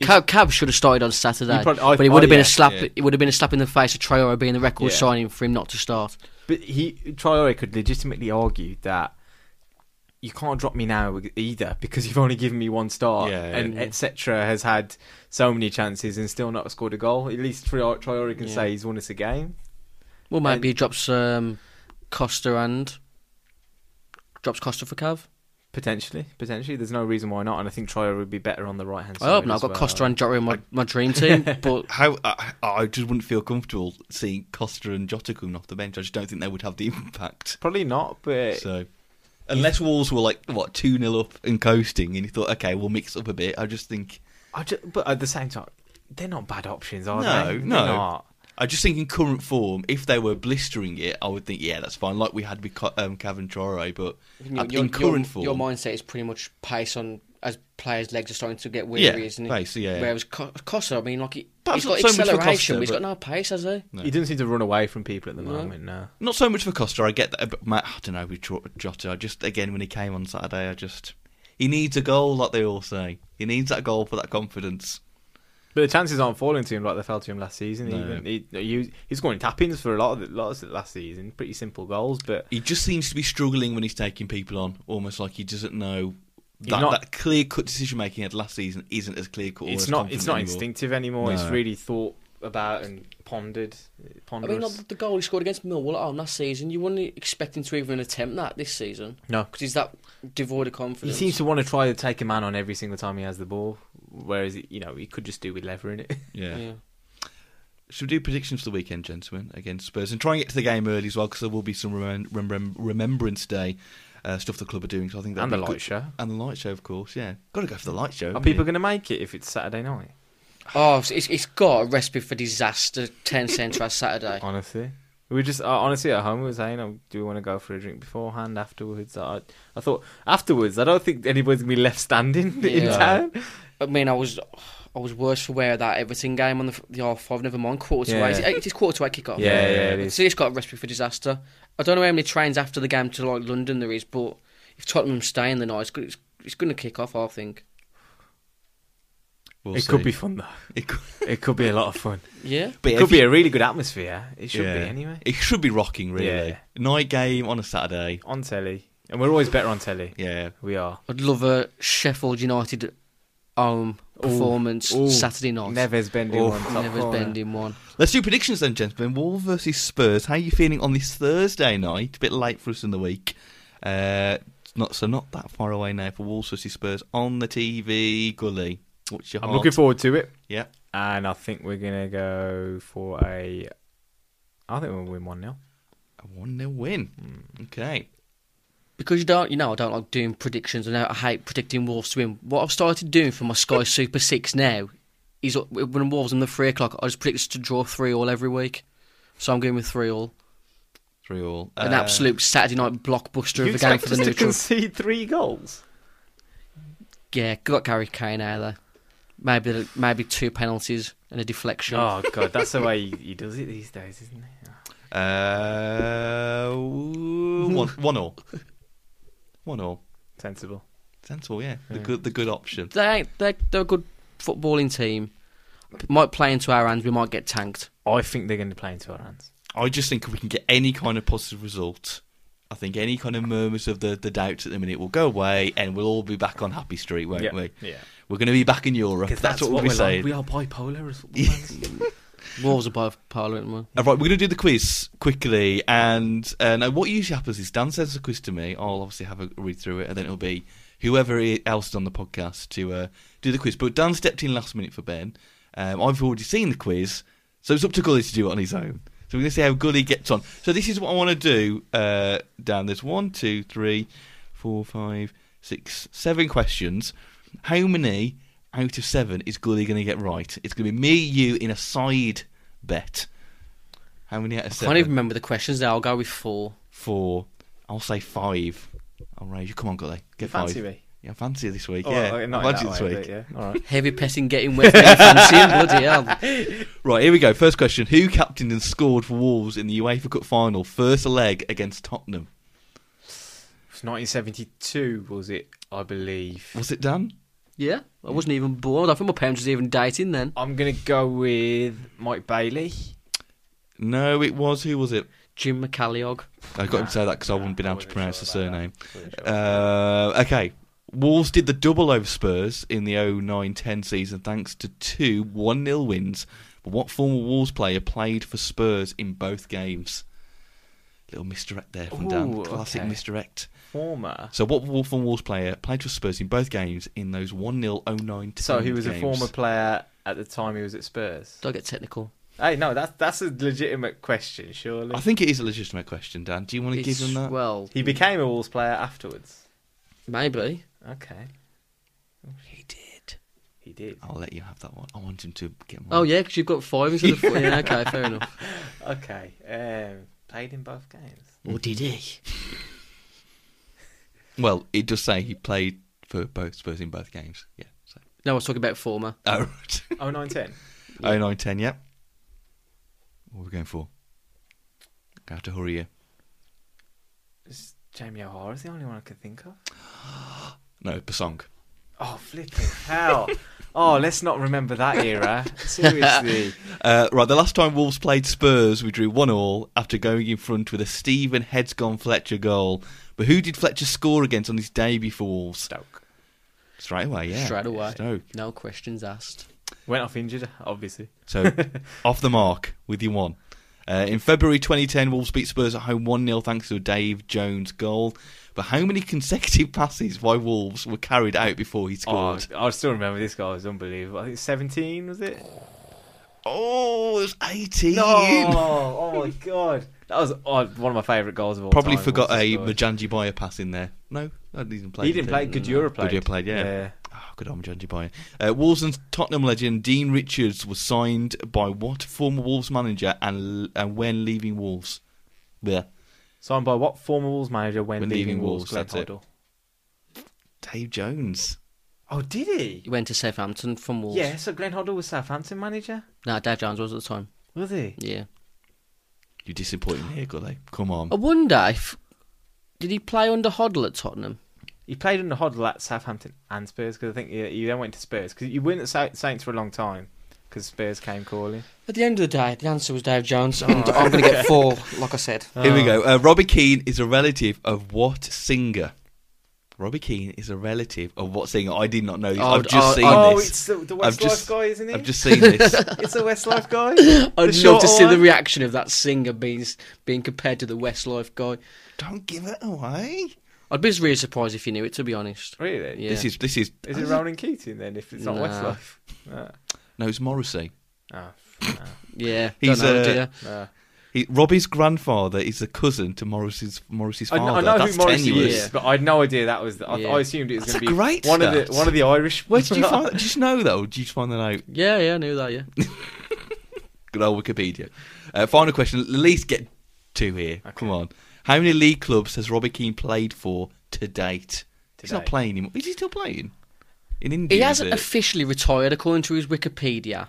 Speaker 5: Cab, Cab should have started on Saturday,
Speaker 4: He probably- I-
Speaker 5: but it would
Speaker 4: oh,
Speaker 5: have been
Speaker 4: yeah,
Speaker 5: a slap.
Speaker 3: yeah.
Speaker 5: It would have been a slap in the face of Traore being the record
Speaker 4: Yeah.
Speaker 5: signing for him not to start.
Speaker 4: But he Traore could legitimately argue that you can't drop me now e-, either because you've only given me one start,
Speaker 3: Yeah, yeah.
Speaker 4: and etc. has had so many chances and still not scored a goal. At least Tra- Traore can
Speaker 5: Yeah.
Speaker 4: say he's won us a game.
Speaker 5: Well,
Speaker 4: And-
Speaker 5: maybe he drops um, Costa and drops Costa for Cav.
Speaker 4: Potentially, potentially, there's no reason why not, and I think Traore would be better on the right hand side.
Speaker 5: I hope not.
Speaker 4: as
Speaker 5: I've got
Speaker 4: well.
Speaker 5: Costa and Jota in my, my dream team, but
Speaker 3: How uh, I, I just wouldn't feel comfortable seeing Costa and Jota coming off the bench. I just don't think they would have the impact.
Speaker 4: Probably not, but
Speaker 3: So Unless Wolves were like what two 0 up and coasting, and you thought, okay, we'll mix up a bit. I just think,
Speaker 4: I ju- but at the same time, they're not bad options, are
Speaker 3: No,
Speaker 4: they? They're
Speaker 3: no.
Speaker 4: not.
Speaker 3: I just think in current form, if they were blistering it, I would think, yeah, that's fine. Like we had with Co- um, Cavantore, but
Speaker 5: Your,
Speaker 3: at-
Speaker 5: your-
Speaker 3: in current
Speaker 5: your-
Speaker 3: form,
Speaker 5: your mindset is pretty much pace on as players' legs are starting to get weary,
Speaker 3: Yeah,
Speaker 5: isn't it?
Speaker 3: pace, yeah, yeah.
Speaker 5: Whereas Co- Costa, I mean, like he,
Speaker 3: Perhaps
Speaker 5: he's
Speaker 3: not
Speaker 5: got
Speaker 3: so much for
Speaker 5: acceleration,
Speaker 3: Costa,
Speaker 5: but he's got
Speaker 3: but-
Speaker 5: no pace, has he?
Speaker 3: No.
Speaker 4: He doesn't seem to run away from people at the
Speaker 5: No.
Speaker 4: moment. No.
Speaker 3: Not so much for Costa, I get that, but Matt, I don't know with Jot- Jota. I just again when he came on Saturday, I just he needs a goal, like they all say. He needs that goal for that confidence.
Speaker 4: But the chances aren't falling to him like they fell to him last season.
Speaker 3: No.
Speaker 4: Even he, he, he's scoring tap-ins for a lot of the, lots of last season. Pretty simple goals, but
Speaker 3: He just seems to be struggling when he's taking people on, almost like he doesn't know
Speaker 4: He's
Speaker 3: that,
Speaker 4: not-
Speaker 3: that clear cut decision making he had last season isn't as clear cut.
Speaker 4: it's not it's not instinctive anymore. It's
Speaker 3: No.
Speaker 4: really thought about and pondered.
Speaker 5: I
Speaker 4: Ponderous.
Speaker 5: mean, like the goal he scored against Millwall at home last season, you wouldn't expect him to even attempt that this season
Speaker 4: no,
Speaker 5: because he's that devoid of
Speaker 4: he
Speaker 5: confidence.
Speaker 4: seems to want to try to take a man on every single time he has the ball. Whereas you know he could just do with levering it.
Speaker 3: Yeah.
Speaker 5: Yeah.
Speaker 3: Should we do predictions for the weekend, gentlemen, against Spurs? And try and get to the game early as well, because there will be some remem- remem- Remembrance Day uh, stuff the club are doing. So I think that'd
Speaker 4: And the
Speaker 3: be
Speaker 4: light
Speaker 3: good-
Speaker 4: show.
Speaker 3: And the light show, of course, yeah. Got to go for the light show.
Speaker 4: Are
Speaker 3: haven't
Speaker 4: people
Speaker 3: you?
Speaker 4: going to make it if it's Saturday night?
Speaker 5: Oh, it's, it's- it's got a recipe for disaster. Ten cents last Saturday.
Speaker 4: Honestly, we were just uh, honestly at home. We were saying, oh, "Do we want to go for a drink beforehand, afterwards?" I, I thought afterwards. I don't think anybody's gonna be left standing in
Speaker 5: Yeah.
Speaker 4: town.
Speaker 5: I mean, I was I was worse for wear of that Everton game on the, f- the half five. Never mind quarter to
Speaker 4: Yeah.
Speaker 5: eight. Is it eight. It is quarter to eight kick off.
Speaker 4: Yeah, yeah, it is.
Speaker 5: So it's got a recipe for disaster. I don't know how many trains after the game to like London there is, but if Tottenham stay in the night, it's go- it's, it's going to kick off. I think.
Speaker 3: We'll
Speaker 4: it could
Speaker 3: see.
Speaker 4: be fun though.
Speaker 3: It could,
Speaker 4: It could be a lot of fun.
Speaker 5: Yeah.
Speaker 3: But
Speaker 4: it
Speaker 3: yeah,
Speaker 4: could
Speaker 3: if you-
Speaker 4: be a really good atmosphere. It should
Speaker 3: Yeah.
Speaker 4: be anyway
Speaker 3: It should be rocking, really.
Speaker 4: Yeah.
Speaker 3: Night game on a Saturday.
Speaker 4: on telly, and we're always better on telly.
Speaker 3: Yeah.
Speaker 4: We are.
Speaker 5: I'd love a Sheffield United home performance
Speaker 4: Ooh.
Speaker 5: Saturday night.
Speaker 4: Neves bending
Speaker 3: Oof.
Speaker 4: one. Top
Speaker 5: Never's
Speaker 4: corner.
Speaker 5: bending one.
Speaker 3: Let's do predictions then, gentlemen. Wolves versus Spurs. How are you feeling on this Thursday night? A bit late for us in the week. Uh, it's not so not that far away now for Wolves versus Spurs on the TV gully. What's your
Speaker 4: I'm
Speaker 3: heart?
Speaker 4: looking forward to it,
Speaker 3: Yeah.
Speaker 4: and I think we're gonna go for a. I think we'll win one 0
Speaker 3: A 1 0 win.
Speaker 4: Hmm.
Speaker 3: Okay.
Speaker 5: Because you don't, you know, I don't like doing predictions, and I I hate predicting Wolves to win. What I've started doing for my Sky Super Six now is uh, when Wolves on the three o'clock, I just predict us to draw three all every week. So I'm going with three all,
Speaker 3: Three all.
Speaker 5: an
Speaker 3: Uh,
Speaker 5: absolute Saturday night blockbuster
Speaker 4: You
Speaker 5: of a game
Speaker 4: expect
Speaker 5: for
Speaker 4: us
Speaker 5: the
Speaker 4: to
Speaker 5: neutral.
Speaker 4: concede three goals?
Speaker 5: yeah, got Gary Kane out there. Maybe maybe two penalties and a deflection.
Speaker 4: Oh god, that's the way he, he does it these days, isn't it? Ah,
Speaker 3: Uh, ooh, one, one all. One all.
Speaker 4: Sensible.
Speaker 3: Sensible, yeah. The
Speaker 4: Yeah.
Speaker 3: good the good option.
Speaker 5: They they they're a good footballing team. Might play into our hands. We might get tanked.
Speaker 4: I think they're going to play into our hands.
Speaker 3: I just think if we can get any kind of positive result, I think any kind of murmurs of the, the doubts at the minute will go away and we'll all be back on happy street, won't
Speaker 4: Yeah.
Speaker 3: we?
Speaker 4: Yeah.
Speaker 3: We're going to be back in Europe. That's, what, we'll be saying.
Speaker 4: are bipolar as
Speaker 3: Yeah.
Speaker 5: Wolves are both Parliament. man.
Speaker 3: All right, we're going to do the quiz quickly. And uh, now, what usually happens is Dan sends the quiz to me. I'll obviously have a read through it, and then it'll be whoever i- else is on the podcast to uh, do the quiz. But Dan stepped in last minute for Ben. Um, I've already seen the quiz, so it's up to Gully to do it on his own. So we're going to see how Gully gets on. So this is what I want to do, uh, Dan. There's one, two, three, four, five, six, seven questions. How many out of seven is Gully going to get right? It's going to be me, you, in a side bet. How many out of
Speaker 5: Can't
Speaker 3: seven?
Speaker 5: even remember the questions. There, I'll go with four.
Speaker 3: Four. I'll say five. I'll raise you. Come on, Gully. Get
Speaker 4: fancy
Speaker 3: five.
Speaker 4: me?
Speaker 3: Yeah, I fancy you this week. yeah,
Speaker 4: Oh, not
Speaker 3: I
Speaker 4: in
Speaker 3: fancy you
Speaker 4: that
Speaker 3: this
Speaker 4: way,
Speaker 3: week.
Speaker 4: but yeah. All right.
Speaker 5: Heavy petting getting wet. Very fancy him, bloody hell.
Speaker 3: Right, here we go. First question: Who captained and scored for Wolves in the UEFA Cup final, first leg against Tottenham?
Speaker 4: It's 1972, was it? I believe.
Speaker 3: Was it Dan?
Speaker 5: Yeah, I wasn't even born. I think my parents was even dating then.
Speaker 4: I'm going to go with Mike Bailey.
Speaker 3: No, it was. Who was it?
Speaker 5: Jim McCalliog.
Speaker 3: I got him to say that because I
Speaker 4: Nah,
Speaker 3: wouldn't been
Speaker 4: I
Speaker 3: able to
Speaker 4: wasn't
Speaker 3: pronounce the
Speaker 4: sure about
Speaker 3: surname.
Speaker 4: that. Wasn't sure.
Speaker 3: Uh, okay. Wolves did the double over Spurs in the 09 10 season thanks to two 1 0 wins. But what former Wolves player played for Spurs in both games? Little misdirect there from Dan.
Speaker 4: Ooh,
Speaker 3: Classic
Speaker 4: okay.
Speaker 3: misdirect.
Speaker 4: Former.
Speaker 3: So, what Wolf- former Wolves player played for Spurs in both games in those 1 0 09 10
Speaker 4: So he was a
Speaker 3: games?
Speaker 4: former player at the time he was at Spurs.
Speaker 5: Don't get technical.
Speaker 4: Hey, no, that's that's a legitimate question, surely.
Speaker 3: I think it is a legitimate question, Dan. Do you want to give
Speaker 5: It's-
Speaker 3: them that?
Speaker 5: Well,
Speaker 4: he became a Wolves player afterwards.
Speaker 5: maybe.
Speaker 4: Okay,
Speaker 5: He did.
Speaker 4: he did.
Speaker 3: I'll let you have that one. I want him to get more.
Speaker 5: Oh, yeah, because you've got five instead of four. Yeah, okay, fair enough.
Speaker 4: Okay, um, played in both games.
Speaker 5: Or did he?
Speaker 3: Well, it does say he played for both Spurs in both games. Yeah. So.
Speaker 5: No, I was talking about former.
Speaker 3: Oh, right.
Speaker 4: Oh, 910.
Speaker 3: Oh nine ten. Yep. What are we going for? I have to hurry you.
Speaker 4: It's Jamie O'Hara's the only one I could think of.
Speaker 3: No, Basong.
Speaker 4: Oh, flipping hell. oh, let's not remember that era. Seriously.
Speaker 3: Uh, right, the last time Wolves played Spurs, we drew one all after going in front with a Stephen heads gone Fletcher goal. But who did Fletcher score against on his debut for Wolves?
Speaker 4: Stoke.
Speaker 3: Straight away, yeah.
Speaker 5: Straight away.
Speaker 3: Stoke.
Speaker 5: No questions asked.
Speaker 4: Went off injured, obviously.
Speaker 3: So off the mark with your one. Uh, in February 2010, Wolves beat Spurs at home 1 0 thanks to a Dave Jones goal. But how many consecutive passes by Wolves were carried out before he
Speaker 4: Oh,
Speaker 3: scored?
Speaker 4: I still remember this guy was unbelievable. I think 17, was it?
Speaker 3: Oh, it was 18.
Speaker 4: oh my god. That was oh, one of my favourite goals of all
Speaker 3: Probably
Speaker 4: time,
Speaker 3: forgot
Speaker 4: once he
Speaker 3: a
Speaker 4: scored.
Speaker 3: Majanji Bayer pass in there. No, I didn't play.
Speaker 4: He didn't play, Gajura played.
Speaker 3: Gajura played, yeah.
Speaker 4: yeah.
Speaker 3: Oh, good on Majanji Bayer. Uh, Wolves and Tottenham legend Dean Richards was signed by what former Wolves manager and, and when leaving Wolves? Yeah.
Speaker 4: Signed by what former Wolves manager when,
Speaker 3: When
Speaker 4: leaving,
Speaker 3: leaving
Speaker 4: Wolves,
Speaker 3: Wolves,
Speaker 4: Glenn
Speaker 3: that's it.
Speaker 4: Hoddle?
Speaker 3: Dave Jones.
Speaker 4: Oh, did
Speaker 5: He
Speaker 4: he?
Speaker 5: went to Southampton from Wolves.
Speaker 4: Yeah, so Glenn Hoddle was Southampton manager?
Speaker 5: No, Dad Jones was at the time.
Speaker 4: Was he?
Speaker 5: Yeah.
Speaker 3: You disappointing me here, Gully. Come on.
Speaker 4: Oh,
Speaker 5: I wonder if. Did he play under Hoddle at Tottenham?
Speaker 4: He played under Hoddle at Southampton and Spurs because I think he, he then went to Spurs because you weren't at Sa- Saints for a long time because Spurs came calling.
Speaker 5: At the end of the day, the answer was Dave Jones, and I'm going to get four, like I said.
Speaker 3: Here we go. Uh, Robbie Keane is a relative of what singer? Robbie Keane is a relative of what singer? I did not know this.
Speaker 5: Oh,
Speaker 3: I've just
Speaker 5: oh,
Speaker 3: seen
Speaker 4: Oh,
Speaker 3: this.
Speaker 4: it's the, the
Speaker 3: I've
Speaker 4: Westlife
Speaker 3: just,
Speaker 4: guy, isn't it?
Speaker 3: I've just seen this.
Speaker 4: It's the Westlife guy.
Speaker 5: I'd
Speaker 4: The
Speaker 5: love
Speaker 4: shorter
Speaker 5: to see the
Speaker 4: one.
Speaker 5: reaction of that singer being being compared to the Westlife guy.
Speaker 3: Don't give it away.
Speaker 5: I'd be really surprised if you knew it, to be honest.
Speaker 4: Really?
Speaker 5: Yeah.
Speaker 3: This is this is
Speaker 4: Is it Ronan Keating then? If it's not
Speaker 5: Nah.
Speaker 4: Westlife, no.
Speaker 3: no, it's Morrissey.
Speaker 4: Ah,
Speaker 5: Yeah,
Speaker 3: He's,
Speaker 5: don't know,
Speaker 3: uh,
Speaker 5: do ya?
Speaker 4: no.
Speaker 3: He, Robbie's grandfather is the cousin to Morrissey's Morrissey's
Speaker 4: I,
Speaker 3: father.
Speaker 4: I know
Speaker 3: That's
Speaker 4: who Morrissey
Speaker 3: tenuous.
Speaker 4: is, but I had no idea that was. The, I,
Speaker 5: Yeah.
Speaker 4: I assumed it was
Speaker 3: That's
Speaker 4: going to
Speaker 3: a
Speaker 4: be
Speaker 3: great
Speaker 4: one of the
Speaker 3: stat.
Speaker 4: one of the Irish.
Speaker 3: Where did you find that? Did you just know that, or did you just find that out?
Speaker 5: Yeah, yeah, I knew that, yeah.
Speaker 3: Good old Wikipedia. Uh, final question. At least get two here. Come on. How many league clubs has Robbie Keane played for to date? He's not
Speaker 4: Today.
Speaker 3: playing anymore. Is he still playing? In India?
Speaker 5: He
Speaker 3: is
Speaker 5: hasn't
Speaker 3: it?
Speaker 5: officially retired, according to his Wikipedia.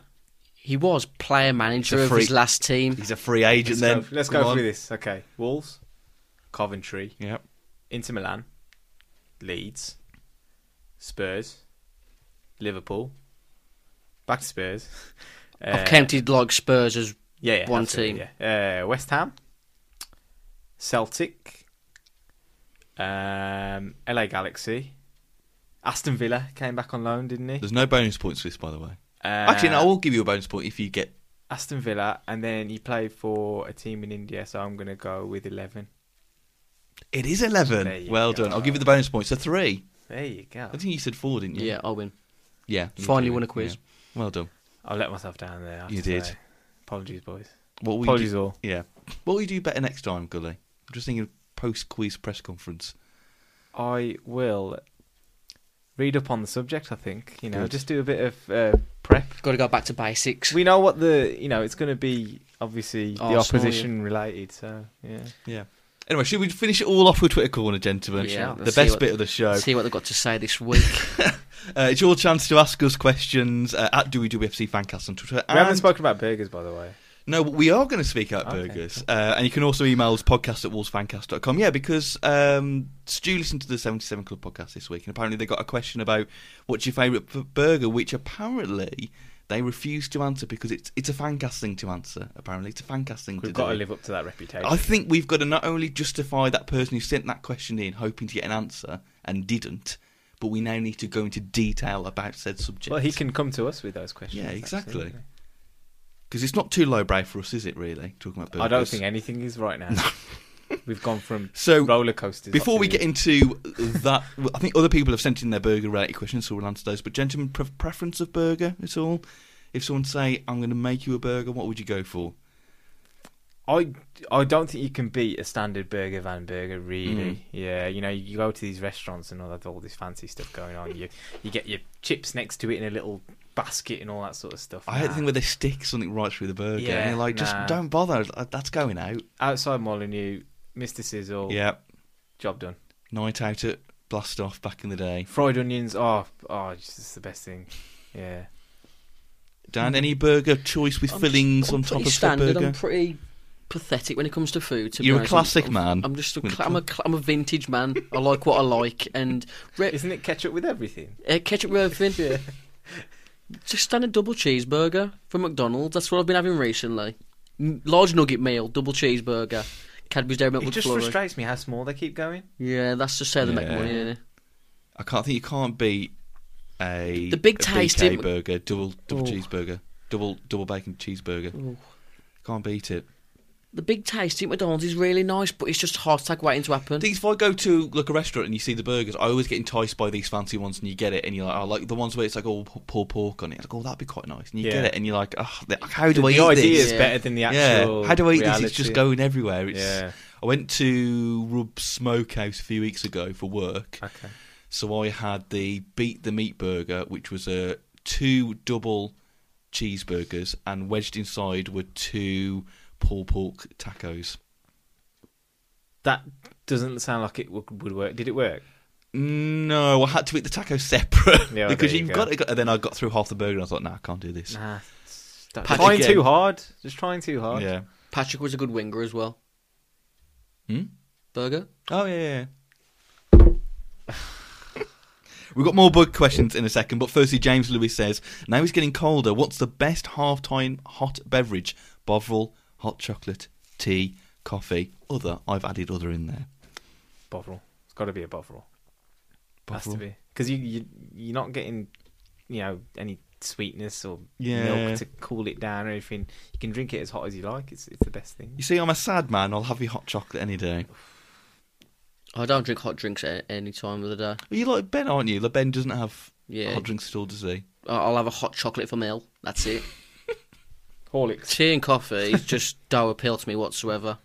Speaker 5: He was player manager
Speaker 3: He's a
Speaker 5: of his
Speaker 3: freak.
Speaker 5: last team.
Speaker 3: He's a free agent
Speaker 4: Let's
Speaker 3: then.
Speaker 4: go, let's
Speaker 3: Come
Speaker 4: go
Speaker 3: on.
Speaker 4: through this. Okay, Wolves, Coventry,
Speaker 3: Yep.
Speaker 4: Inter Milan, Leeds, Spurs, Liverpool, back to Spurs.
Speaker 5: I've
Speaker 4: Uh,
Speaker 5: counted like Spurs as
Speaker 4: Yeah, yeah
Speaker 5: one
Speaker 4: absolutely,
Speaker 5: team.
Speaker 4: Yeah. Uh, West Ham, Celtic, um, LA Galaxy, Aston Villa came back on loan, didn't he?
Speaker 3: There's no bonus points for this, by the way.
Speaker 4: Uh,
Speaker 3: Actually, no, I will give you a bonus point if you get.
Speaker 4: Aston Villa, and then he played for a team in India, so I'm going to go with 11.
Speaker 3: It is
Speaker 4: There
Speaker 3: 11.
Speaker 4: you
Speaker 3: Well
Speaker 4: go.
Speaker 3: done. I'll give you the bonus points. So three.
Speaker 4: There you go.
Speaker 3: I think you said four, didn't you?
Speaker 5: yeah, I'll win.
Speaker 3: Yeah. you
Speaker 5: Finally
Speaker 3: did.
Speaker 5: won a quiz.
Speaker 3: Yeah. Well done.
Speaker 4: I let myself down there. I have
Speaker 3: You
Speaker 4: to
Speaker 3: did.
Speaker 4: say. Apologies, boys.
Speaker 3: What will
Speaker 4: Apologies
Speaker 3: you do?
Speaker 4: all.
Speaker 3: Yeah. What will you do better next time, Gully? I'm just thinking post quiz press conference.
Speaker 4: I will read up on the subject, I think. You know,
Speaker 3: Good.
Speaker 4: just do a bit of uh, prep.
Speaker 5: Got to go back to basics.
Speaker 4: We know what the you know it's going to be obviously the
Speaker 5: Arsenal,
Speaker 4: opposition related. So yeah,
Speaker 3: Yeah. Anyway, should we finish it all off with Twitter corner, gentlemen?
Speaker 5: Yeah,
Speaker 3: the
Speaker 5: let's see
Speaker 3: best
Speaker 5: what-
Speaker 3: bit of the show.
Speaker 5: See what they've got to say this week.
Speaker 3: Uh, it's your chance to ask us questions uh, at WWFC Fancast on Twitter.
Speaker 4: we haven't
Speaker 3: and-
Speaker 4: spoken about burgers by the way.
Speaker 3: No, but we are going to speak out
Speaker 4: Okay,
Speaker 3: burgers. Uh, and you can also email us podcast at wolvesfancast.com. Yeah, because um, Stu listened to the 77 Club podcast this week, and apparently they got a question about what's your favourite b- burger, which apparently they refused to answer because it's it's a fancast thing to answer, apparently. It's a fancast thing to
Speaker 4: We've got
Speaker 3: do.
Speaker 4: to live up to that reputation.
Speaker 3: I think we've got to not only justify that person who sent that question in, hoping to get an answer, and didn't, but we now need to go into detail about said subject.
Speaker 4: well, he can come to us with those questions.
Speaker 3: Yeah, exactly.
Speaker 4: absolutely.
Speaker 3: Because it's not too lowbrow for us, is it, really, talking about burgers?
Speaker 4: I don't think anything is right now. We've gone from
Speaker 3: So,
Speaker 4: roller coasters.
Speaker 3: Before
Speaker 4: to-
Speaker 3: we get into that, well, I think other people have sent in their burger related questions, so we'll answer those. But, gentlemen, pre- preference of burger at all? if someone say, "I'm going to make you a burger," what would you go for?
Speaker 4: I, I don't think you can beat a standard burger van burger really.
Speaker 3: Mm.
Speaker 4: Yeah, you know, you go to these restaurants and all that, all this fancy stuff going on. You you get your chips next to it in a little basket and all that sort of stuff.
Speaker 3: I hate the
Speaker 4: Nah.
Speaker 3: thing where they stick something right through the burger,
Speaker 4: Yeah,
Speaker 3: and you're like, "Just
Speaker 4: nah.
Speaker 3: don't bother. That's going out."
Speaker 4: outside Molyneux, Mr Sizzle,
Speaker 3: Yeah,
Speaker 4: job done.
Speaker 3: night out at Blast Off back in the day.
Speaker 4: Fried onions, oh, oh, it's just the best thing. Yeah,
Speaker 3: Dan, any burger choice with
Speaker 5: Hmm. I'm-
Speaker 3: fillings
Speaker 5: I'm
Speaker 3: on
Speaker 5: pretty
Speaker 3: top of the
Speaker 5: standard.
Speaker 3: burger?
Speaker 5: I'm pretty pathetic when it comes to food. To be
Speaker 3: You're a
Speaker 5: honest.
Speaker 3: classic
Speaker 5: I'm,
Speaker 3: man.
Speaker 5: I'm, I'm just a,
Speaker 3: When it
Speaker 5: cla- I'm a, cla- I'm a vintage man. I like what I like, and re-
Speaker 4: isn't it ketchup with everything?
Speaker 5: uh, ketchup with everything.
Speaker 4: Yeah.
Speaker 5: Just standard double cheeseburger from McDonald's. That's what I've been having recently. N- Large nugget meal, double cheeseburger, Cadbury's Dairy Milk
Speaker 4: It just
Speaker 5: McFlurry.
Speaker 4: frustrates me how small they keep going.
Speaker 5: Yeah, that's just how they make
Speaker 3: Yeah.
Speaker 5: money. Isn't it?
Speaker 3: I can't think you can't beat a
Speaker 5: The big
Speaker 3: a
Speaker 5: taste
Speaker 3: BK
Speaker 5: in-
Speaker 3: burger, double double
Speaker 5: Oh.
Speaker 3: cheeseburger, double double bacon cheeseburger.
Speaker 5: Ooh.
Speaker 3: Can't beat it.
Speaker 5: The big tasty at McDonald's is really nice, but it's just hard tag waiting to happen.
Speaker 3: Things if I go to like a restaurant and you see the burgers, I always get enticed by these fancy ones, and you get it, and you're like, oh, like the ones where it's like all pulled pork on it. Like, oh, that'd be quite nice, and you
Speaker 4: Yeah.
Speaker 3: get it, and you're like, oh, the- how do I
Speaker 4: the
Speaker 3: eat
Speaker 4: idea
Speaker 3: this?
Speaker 4: is
Speaker 5: Yeah.
Speaker 4: better than the actual.
Speaker 3: Yeah, how do I eat this? It's
Speaker 4: reality.
Speaker 3: just going everywhere. It's,
Speaker 4: Yeah.
Speaker 3: I went to Rub Smokehouse a few weeks ago for work,
Speaker 4: Okay.
Speaker 3: So I had the beat the meat burger, which was uh, two double cheeseburgers, and wedged inside were two pulled pork tacos.
Speaker 4: That doesn't sound like it would, would work. Did it work?
Speaker 3: No, I had to eat the taco separate
Speaker 4: Yeah, well,
Speaker 3: because
Speaker 4: there you
Speaker 3: you've
Speaker 4: go.
Speaker 3: got to. Go, and then I got through half the burger, and I thought, "Nah, I can't do this."
Speaker 4: Nah. Stop.
Speaker 5: Patrick
Speaker 4: Trying
Speaker 3: again.
Speaker 4: too hard. Just trying too hard.
Speaker 3: Yeah.
Speaker 5: Patrick was a good winger as well.
Speaker 3: Hmm?
Speaker 5: Burger.
Speaker 3: Oh yeah. yeah. We've got more bug questions in a second, but firstly, James Lewis says, "Now it's getting colder. What's the best half-time hot beverage? Bovril, hot chocolate, tea, coffee, other. I've added other in there.
Speaker 4: Bovril. It's got to be a Bovril. Has to
Speaker 3: Bovril.
Speaker 4: be because you you you're not getting you know any sweetness or
Speaker 3: Yeah.
Speaker 4: milk to cool it down or anything. You can drink it as hot as you like. It's it's the best thing.
Speaker 3: You see, I'm a sad man. I'll have your hot chocolate any day.
Speaker 5: I don't drink hot drinks at any time of the day.
Speaker 3: Well, you like Ben, aren't you? Like Ben doesn't have
Speaker 5: Yeah.
Speaker 3: hot drinks at all, does he?
Speaker 5: I- I'll have a hot chocolate for meal. That's it.
Speaker 4: Horlicks.
Speaker 5: Tea and coffee is just don't appeal to me whatsoever.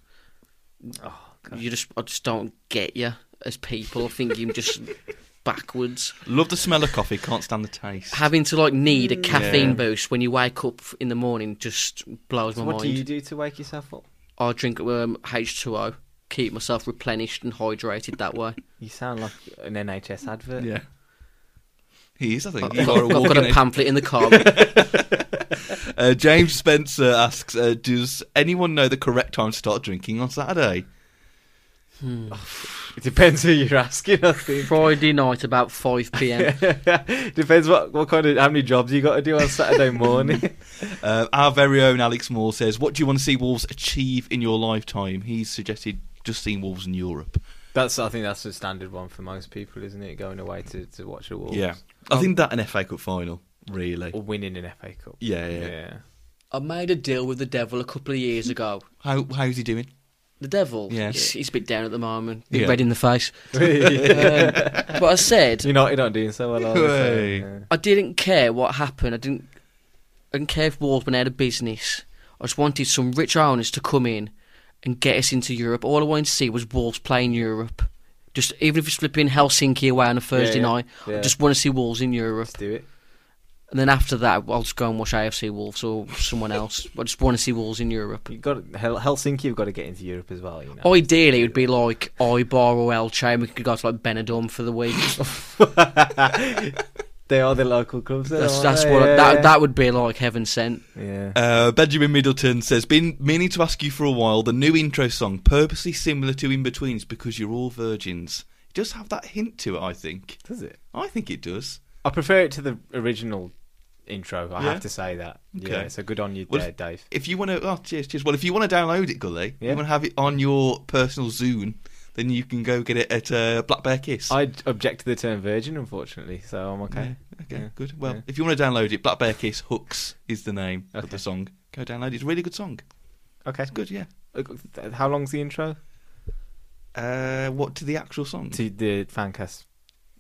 Speaker 4: Oh,
Speaker 5: You just, I just don't get you as people. I think you're just backwards.
Speaker 3: Love the smell of coffee. Can't stand the taste.
Speaker 5: Having to like need a caffeine
Speaker 3: Yeah.
Speaker 5: boost when you wake up in the morning just blows
Speaker 4: so
Speaker 5: my
Speaker 4: what do
Speaker 5: mind.
Speaker 4: you do to wake yourself up?
Speaker 5: I drink um, H2O, keep myself replenished and hydrated that way.
Speaker 4: You sound like an NHS advert.
Speaker 3: yeah. He is, I think.
Speaker 5: I've
Speaker 3: You
Speaker 5: got,
Speaker 3: are a
Speaker 5: I've got
Speaker 3: walking
Speaker 5: a pamphlet in the car. I
Speaker 3: Uh, James Spencer asks, uh, "Does anyone know the correct time to start drinking on Saturday?"
Speaker 4: It depends who you're asking. I
Speaker 5: think
Speaker 4: think.
Speaker 5: Friday night about 5 p.m.
Speaker 4: depends what, what kind of how many jobs you got to do on Saturday morning.
Speaker 3: Uh, our very own Alex Moore says, "What do you want to see Wolves achieve in your lifetime?" He's suggested just seeing Wolves in Europe.
Speaker 4: that's I think that's the standard one for most people, isn't it? Going away to, to watch a Wolves.
Speaker 5: Um,
Speaker 3: I think that an FA Cup final, really.
Speaker 5: Oh.
Speaker 4: Or winning an FA Cup.
Speaker 3: Yeah, yeah.
Speaker 5: I made a deal with the devil a couple of years ago.
Speaker 3: How how's he doing?
Speaker 5: The devil,
Speaker 3: Yeah.
Speaker 5: he's, he's a bit down at the moment, a bit
Speaker 3: Yeah.
Speaker 5: red in the face.
Speaker 4: yeah.
Speaker 5: Um, but I said,
Speaker 4: United aren't doing so well.
Speaker 5: Oh,
Speaker 4: Are they?
Speaker 3: Hey.
Speaker 4: So, yeah.
Speaker 5: I didn't care what happened. I didn't, I didn't care if Wolves went out of business. I just wanted some rich owners to come in and get us into Europe. All I wanted to see was Wolves playing Europe. Just even if it's flipping Helsinki away on a Thursday
Speaker 4: yeah,
Speaker 5: night, I
Speaker 4: yeah.
Speaker 5: just want to see Wolves in Europe.
Speaker 4: Let's do it.
Speaker 5: And then after that, I'll just go and watch AFC Wolves or someone else. I just want to see Wolves in Europe.
Speaker 4: You got Hel- Helsinki. You've got to get into Europe as well. You know.
Speaker 5: Ideally, it would be like Ibar or Elche, and we could go to like Benidorm for the week.
Speaker 4: they are the local clubs. they
Speaker 5: That's,
Speaker 4: are,
Speaker 5: that's
Speaker 4: yeah,
Speaker 5: what I-
Speaker 4: yeah,
Speaker 5: that
Speaker 4: yeah.
Speaker 5: that would be like heaven sent.
Speaker 4: Yeah.
Speaker 3: Uh, Benjamin Middleton says, "Been meaning to ask you for a while. The new intro song, purposely similar to In Betweens, because you're all virgins. It does have that hint to it. I think.
Speaker 4: Does it?
Speaker 3: I think it does.
Speaker 4: I prefer it to the original intro. I
Speaker 3: Yeah?
Speaker 4: have to say that.
Speaker 3: Okay.
Speaker 4: Yeah. So good on you
Speaker 3: Well,
Speaker 4: there,
Speaker 3: if-
Speaker 4: Dave.
Speaker 3: If you want to, oh, cheers, cheers. Well, if you want to download it, Gully,
Speaker 4: Yeah.
Speaker 3: you want to have it on your personal Zune, then you can go get it at uh, Black Bear Kiss.
Speaker 4: I object to the term virgin, unfortunately. So I'm okay.
Speaker 3: Yeah, okay,
Speaker 4: Yeah,
Speaker 3: good. Well,
Speaker 4: yeah.
Speaker 3: if you want to download it, Black Bear Kiss Hooks is the name of
Speaker 4: Okay.
Speaker 3: the song. Go download it. It's a really good song.
Speaker 4: Okay.
Speaker 3: It's good, yeah.
Speaker 4: Good. Uh, How long's the intro
Speaker 3: Uh, what to the actual song?
Speaker 4: to the fancast?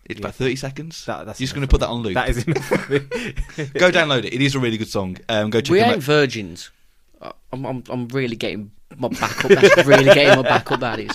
Speaker 3: It's about 30 seconds.
Speaker 4: That- that's
Speaker 3: You're just going
Speaker 4: enough
Speaker 3: to put
Speaker 4: for
Speaker 3: that on loop.
Speaker 4: That is enough.
Speaker 3: go download it. It is a really good song. Um, go check
Speaker 5: we
Speaker 3: them
Speaker 5: ain't
Speaker 3: out.
Speaker 5: virgins. I- I'm, I'm, I'm really getting my back up. That's really getting my back up. That is.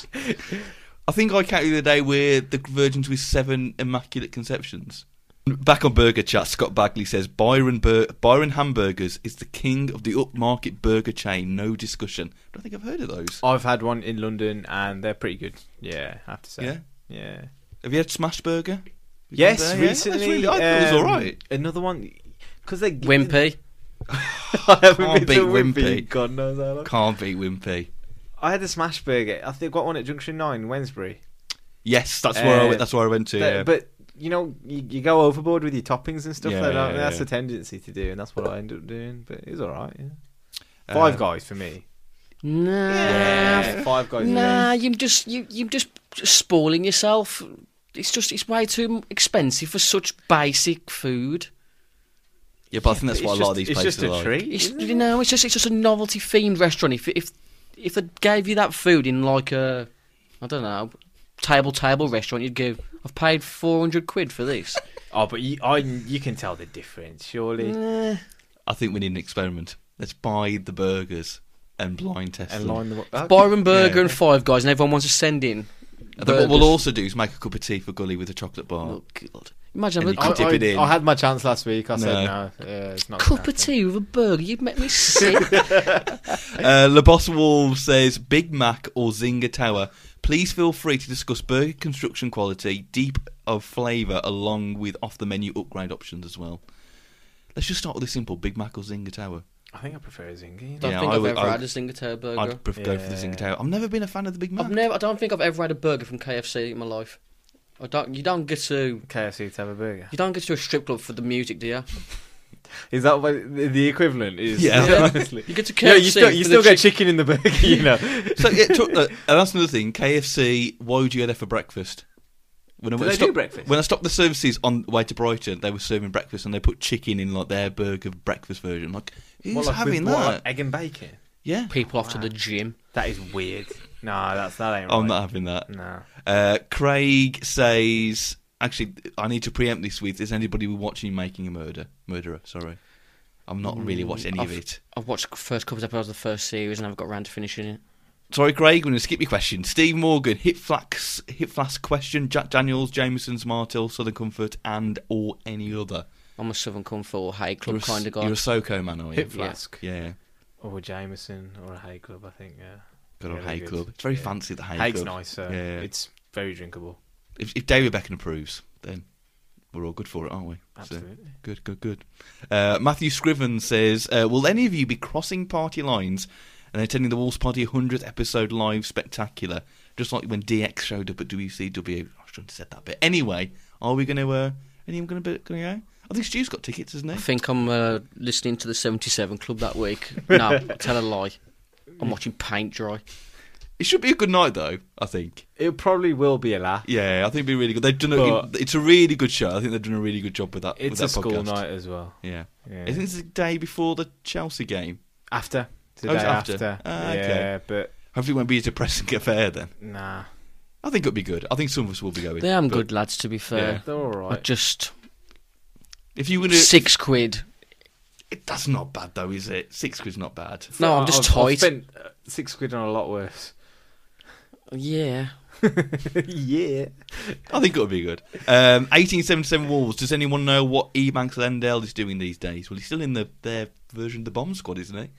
Speaker 3: I think I counted the other day where the Virgins with seven immaculate conceptions. Back on burger chat, Scott Bagley says Byron Bur- Byron Hamburgers is the king of the upmarket burger chain. No discussion. I don't think I've heard of those.
Speaker 4: I've had one in London and they're pretty good. Yeah, I have to say.
Speaker 3: Yeah?
Speaker 4: Yeah.
Speaker 3: Have you had Smash Burger?
Speaker 4: Yes,
Speaker 3: Yeah, that's
Speaker 4: recently.
Speaker 3: really- I thought it was
Speaker 4: um,
Speaker 3: all right.
Speaker 4: Another one because they
Speaker 5: Wimpy.
Speaker 4: I haven't
Speaker 3: Can't
Speaker 4: been to
Speaker 3: beat
Speaker 4: Wimpy.
Speaker 3: Wimpy.
Speaker 4: in God knows how long.
Speaker 3: Can't be Wimpy.
Speaker 4: I had a smash burger. I think I got one at Junction Nine, Wednesbury.
Speaker 3: Yes, that's where I
Speaker 4: Uh,
Speaker 3: went. That's where I went to.
Speaker 4: That-
Speaker 3: yeah.
Speaker 4: But you know, you, you go overboard with your toppings and stuff.
Speaker 3: Yeah,
Speaker 4: though,
Speaker 3: yeah,
Speaker 4: don't you?
Speaker 3: yeah,
Speaker 4: that's
Speaker 3: yeah.
Speaker 4: the tendency to do, and that's what I ended up doing. But it's all right. Yeah.
Speaker 3: Uh,
Speaker 4: Five Guys for me.
Speaker 5: Nah.
Speaker 4: Five Guys.
Speaker 5: Nah,
Speaker 4: for me.
Speaker 5: you just you you just spoiling yourself. It's just it's way too expensive for such basic food.
Speaker 3: yeah, but I think that's
Speaker 4: It's
Speaker 3: what a lot of these
Speaker 4: just-
Speaker 3: places
Speaker 4: It's just a
Speaker 3: are like.
Speaker 4: treat.
Speaker 5: It's
Speaker 4: isn't it?
Speaker 5: you know it's just it's just a novelty themed restaurant. If if if they gave you that food in like a I don't know table table restaurant, you'd go. I've paid four hundred quid for this.
Speaker 4: Oh, but you, I, you can tell the difference, surely.
Speaker 5: Nah.
Speaker 3: I think we need an experiment. Let's buy the burgers and blind test
Speaker 4: And
Speaker 3: them.
Speaker 4: line them up. Okay.
Speaker 5: Byron Burger
Speaker 3: Yeah.
Speaker 5: and Five Guys, and everyone wants to send in.
Speaker 3: And then what we'll
Speaker 5: burgers.
Speaker 3: also do is make a cup of tea for Gully with a chocolate bar.
Speaker 5: Oh God! Imagine
Speaker 3: And
Speaker 5: having
Speaker 3: you
Speaker 5: a
Speaker 3: can
Speaker 5: cu-
Speaker 3: dip it in.
Speaker 4: I had my chance last week. I said
Speaker 3: No.
Speaker 4: no. Yeah, it's not
Speaker 5: cup
Speaker 4: gonna
Speaker 5: of tea with a burger. You'd make me sick.
Speaker 3: Uh, LeBoss Wolf says Big Mac or Zinger Tower. Please feel free to discuss burger construction quality, deep of flavour, along with off the menu upgrade options as well. Let's just start with a simple Big Mac or Zinger Tower.
Speaker 4: happen. I think I prefer a zinger. you know.
Speaker 5: don't
Speaker 3: Yeah,
Speaker 5: think
Speaker 3: I
Speaker 5: I've
Speaker 3: would-
Speaker 5: ever
Speaker 3: I-
Speaker 5: had a Singatail burger.
Speaker 3: I'd prefer go for the Zinger
Speaker 4: Yeah.
Speaker 3: Tower. I've never been a fan of the Big Mac.
Speaker 5: I've never. I don't think I've ever had a burger from KFC in my life. I don't. You don't get to.
Speaker 4: KFC to have a burger.
Speaker 5: You don't get to a strip club for the music, do you?
Speaker 4: Is that what the the equivalent is?
Speaker 3: Yeah.
Speaker 5: Yeah.
Speaker 4: honestly.
Speaker 5: You get to KFC.
Speaker 4: Yeah, you still, you
Speaker 5: for
Speaker 4: still
Speaker 5: the
Speaker 4: get
Speaker 5: chick-
Speaker 4: chicken in the burger, you know.
Speaker 3: so yeah, to, uh, and that's another thing. KFC. Why would you go there for breakfast? When I,
Speaker 4: Do
Speaker 3: when I
Speaker 4: they do
Speaker 3: stopped-
Speaker 4: breakfast?
Speaker 3: When I stopped the services on the way to Brighton, they were serving breakfast and they put chicken in like their burger breakfast version. I'm like who's
Speaker 4: What, like,
Speaker 3: having
Speaker 4: with what,
Speaker 3: that?
Speaker 4: like, egg and bacon.
Speaker 3: yeah,
Speaker 5: people off to the gym.
Speaker 4: That is weird. Nah, that's that ain't right.
Speaker 3: I'm not having that.
Speaker 4: Nah.
Speaker 3: Uh, Craig says, actually, I need to preempt this with: Is anybody watching Making a Murder? Murderer, sorry, I'm not really watched any of
Speaker 5: Mm, I've-
Speaker 3: it.
Speaker 5: I've watched the first couple of episodes of the first series and I've got around to finishing it.
Speaker 3: Sorry, Craig, I'm going to skip your question. Steve Morgan, Hip Flax, Hip Flax question: Jack Daniels, Jameson's, Martell, Southern Comfort, and or any other.
Speaker 5: I'm a Southern Comfort or Hay
Speaker 3: You're
Speaker 5: Club
Speaker 3: a,
Speaker 5: kind of guy.
Speaker 3: You're a Soco man, are you?
Speaker 4: Hip Flask.
Speaker 3: Yeah, yeah.
Speaker 4: Or a Jameson or a Hay Club, I think, yeah.
Speaker 3: Good old
Speaker 4: Yeah,
Speaker 3: Hay
Speaker 4: they're
Speaker 3: Club.
Speaker 4: good.
Speaker 3: It's very
Speaker 4: Yeah.
Speaker 3: fancy. The Hay
Speaker 4: Hay's
Speaker 3: Club.
Speaker 4: nice, so
Speaker 3: Yeah, yeah.
Speaker 4: it's very drinkable.
Speaker 3: If, if David Beckham approves, then we're all good for it, aren't we? So-
Speaker 4: Absolutely.
Speaker 3: Good, good, good. Uh, Matthew Scriven says, uh, "Will any of you be crossing party lines and attending the Wolves Party 100th episode live spectacular, just like when DX showed up at WCW?" I shouldn't have said that bit. Anyway, are we going to? Uh, anyone going to going to go? I think Stu's got tickets, isn't
Speaker 5: I
Speaker 3: he?
Speaker 5: think I'm uh, listening to the 77 Club that week. no, tell a lie. I'm watching paint dry.
Speaker 3: It should be a good night, though. I think.
Speaker 4: It probably will be a laugh.
Speaker 3: Yeah, I think it'd be really good. They've done. A,
Speaker 4: But-
Speaker 3: it's a really good show. I think they've done a really good job with that. with
Speaker 4: It's
Speaker 3: that
Speaker 4: a school
Speaker 3: podcast.
Speaker 4: night as well.
Speaker 3: Yeah.
Speaker 4: Yeah.
Speaker 3: I think it's the day before the Chelsea game.
Speaker 4: After.
Speaker 3: Oh,
Speaker 4: Today
Speaker 3: it's
Speaker 4: after.
Speaker 3: after. Ah,
Speaker 4: yeah,
Speaker 3: okay.
Speaker 4: but
Speaker 3: Hopefully, it won't be a depressing affair then.
Speaker 4: nah.
Speaker 3: I think it'll be good. I think some of us will be going.
Speaker 5: They am
Speaker 3: but
Speaker 5: good lads, to be fair.
Speaker 4: They're
Speaker 5: I
Speaker 4: alright.
Speaker 5: just
Speaker 3: If you were to,
Speaker 5: six quid.
Speaker 3: it, that's not bad though, is it? Six quid's not bad.
Speaker 5: No, I'm just
Speaker 4: I've, I've
Speaker 5: tight.
Speaker 4: spent uh, six quid on a lot worse.
Speaker 5: Yeah.
Speaker 4: yeah.
Speaker 3: I think it'll be good. Um, 1877 Wolves. Does anyone know what Ebanks Lendale is doing these days? Well, he's still in the their version of the bomb squad, isn't he?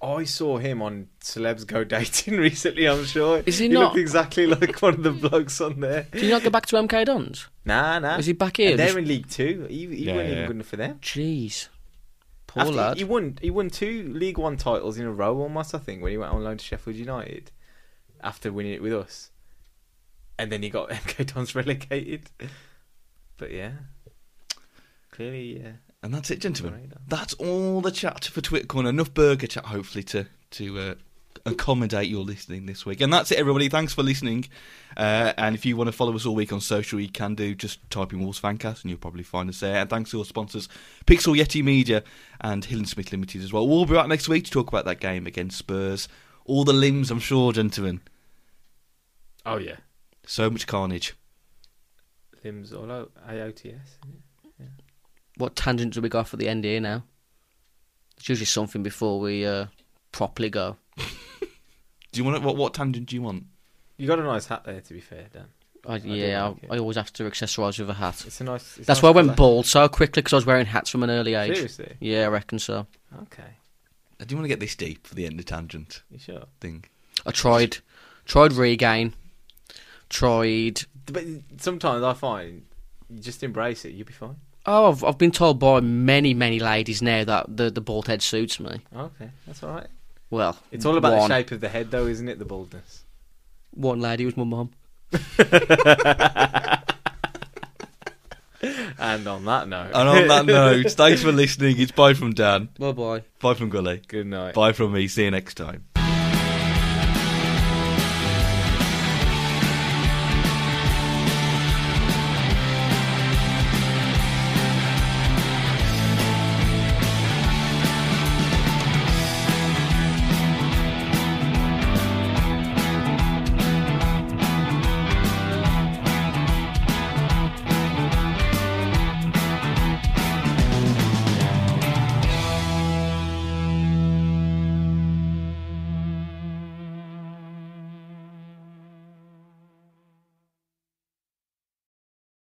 Speaker 4: I saw him on Celebs Go Dating recently, I'm sure.
Speaker 5: Is he
Speaker 4: looked
Speaker 5: not?
Speaker 4: exactly like one of the blokes on there.
Speaker 5: Can you not go back to MK Dons?
Speaker 4: Nah, nah.
Speaker 5: Is he back here?
Speaker 4: And they're in League Two. He, he
Speaker 3: Yeah,
Speaker 4: wasn't
Speaker 3: yeah.
Speaker 4: even good enough for them.
Speaker 5: Jeez. Poor
Speaker 4: After-
Speaker 5: lad.
Speaker 4: He won, he won two League One titles in a row almost, I think, when he went on loan to Sheffield United after winning it with us. And then he got MK Dons relegated. But yeah. Clearly, yeah.
Speaker 3: And that's it,
Speaker 4: Right,
Speaker 3: gentlemen.
Speaker 4: then.
Speaker 3: That's all the chat for Twitter Corner. Enough burger chat, hopefully, to to uh, accommodate your listening this week. And that's it, everybody. Thanks for listening. Uh, and if you want to follow us all week on social, you can do. Just type in Wolves Fancast and you'll probably find us there. And thanks to our sponsors, Pixel Yeti Media and Hill and Smith Limited as well. We'll be back next week to talk about that game against Spurs. All the limbs, I'm sure, gentlemen.
Speaker 4: Oh, yeah.
Speaker 3: So much carnage.
Speaker 4: Limbs all out. IOTS. isn't it?
Speaker 5: What tangents have we got for the end here now? It's usually something before we uh, properly go.
Speaker 3: Do you want to, what? What tangent do you want?
Speaker 4: You got a nice hat there, to be fair, Dan.
Speaker 5: I,
Speaker 4: do
Speaker 5: yeah,
Speaker 4: like it.
Speaker 5: I, I always have to accessorise with a hat.
Speaker 4: It's a nice. It's
Speaker 5: That's
Speaker 4: nice
Speaker 5: why I went
Speaker 4: colour.
Speaker 5: bald so quickly because I was wearing hats from an early age.
Speaker 4: Seriously.
Speaker 5: Yeah, I reckon so.
Speaker 4: Okay.
Speaker 3: I do want to get this deep for the end of tangent
Speaker 4: You sure?
Speaker 3: thing.
Speaker 5: I tried, tried regain, tried.
Speaker 4: But sometimes I find you just embrace it. You'll be fine.
Speaker 5: Oh, I've, I've been told by many, many ladies now that the the bald head suits me.
Speaker 4: Okay, that's all right.
Speaker 5: Well,
Speaker 4: It's all about
Speaker 5: one,
Speaker 4: the shape of the head, though, isn't it? The baldness.
Speaker 5: One lady was my mum.
Speaker 4: And on that note,
Speaker 3: And on that note, thanks for listening. It's bye from Dan,
Speaker 5: Bye bye.
Speaker 3: bye from Gully,
Speaker 4: good night.
Speaker 3: bye from me. See you next time.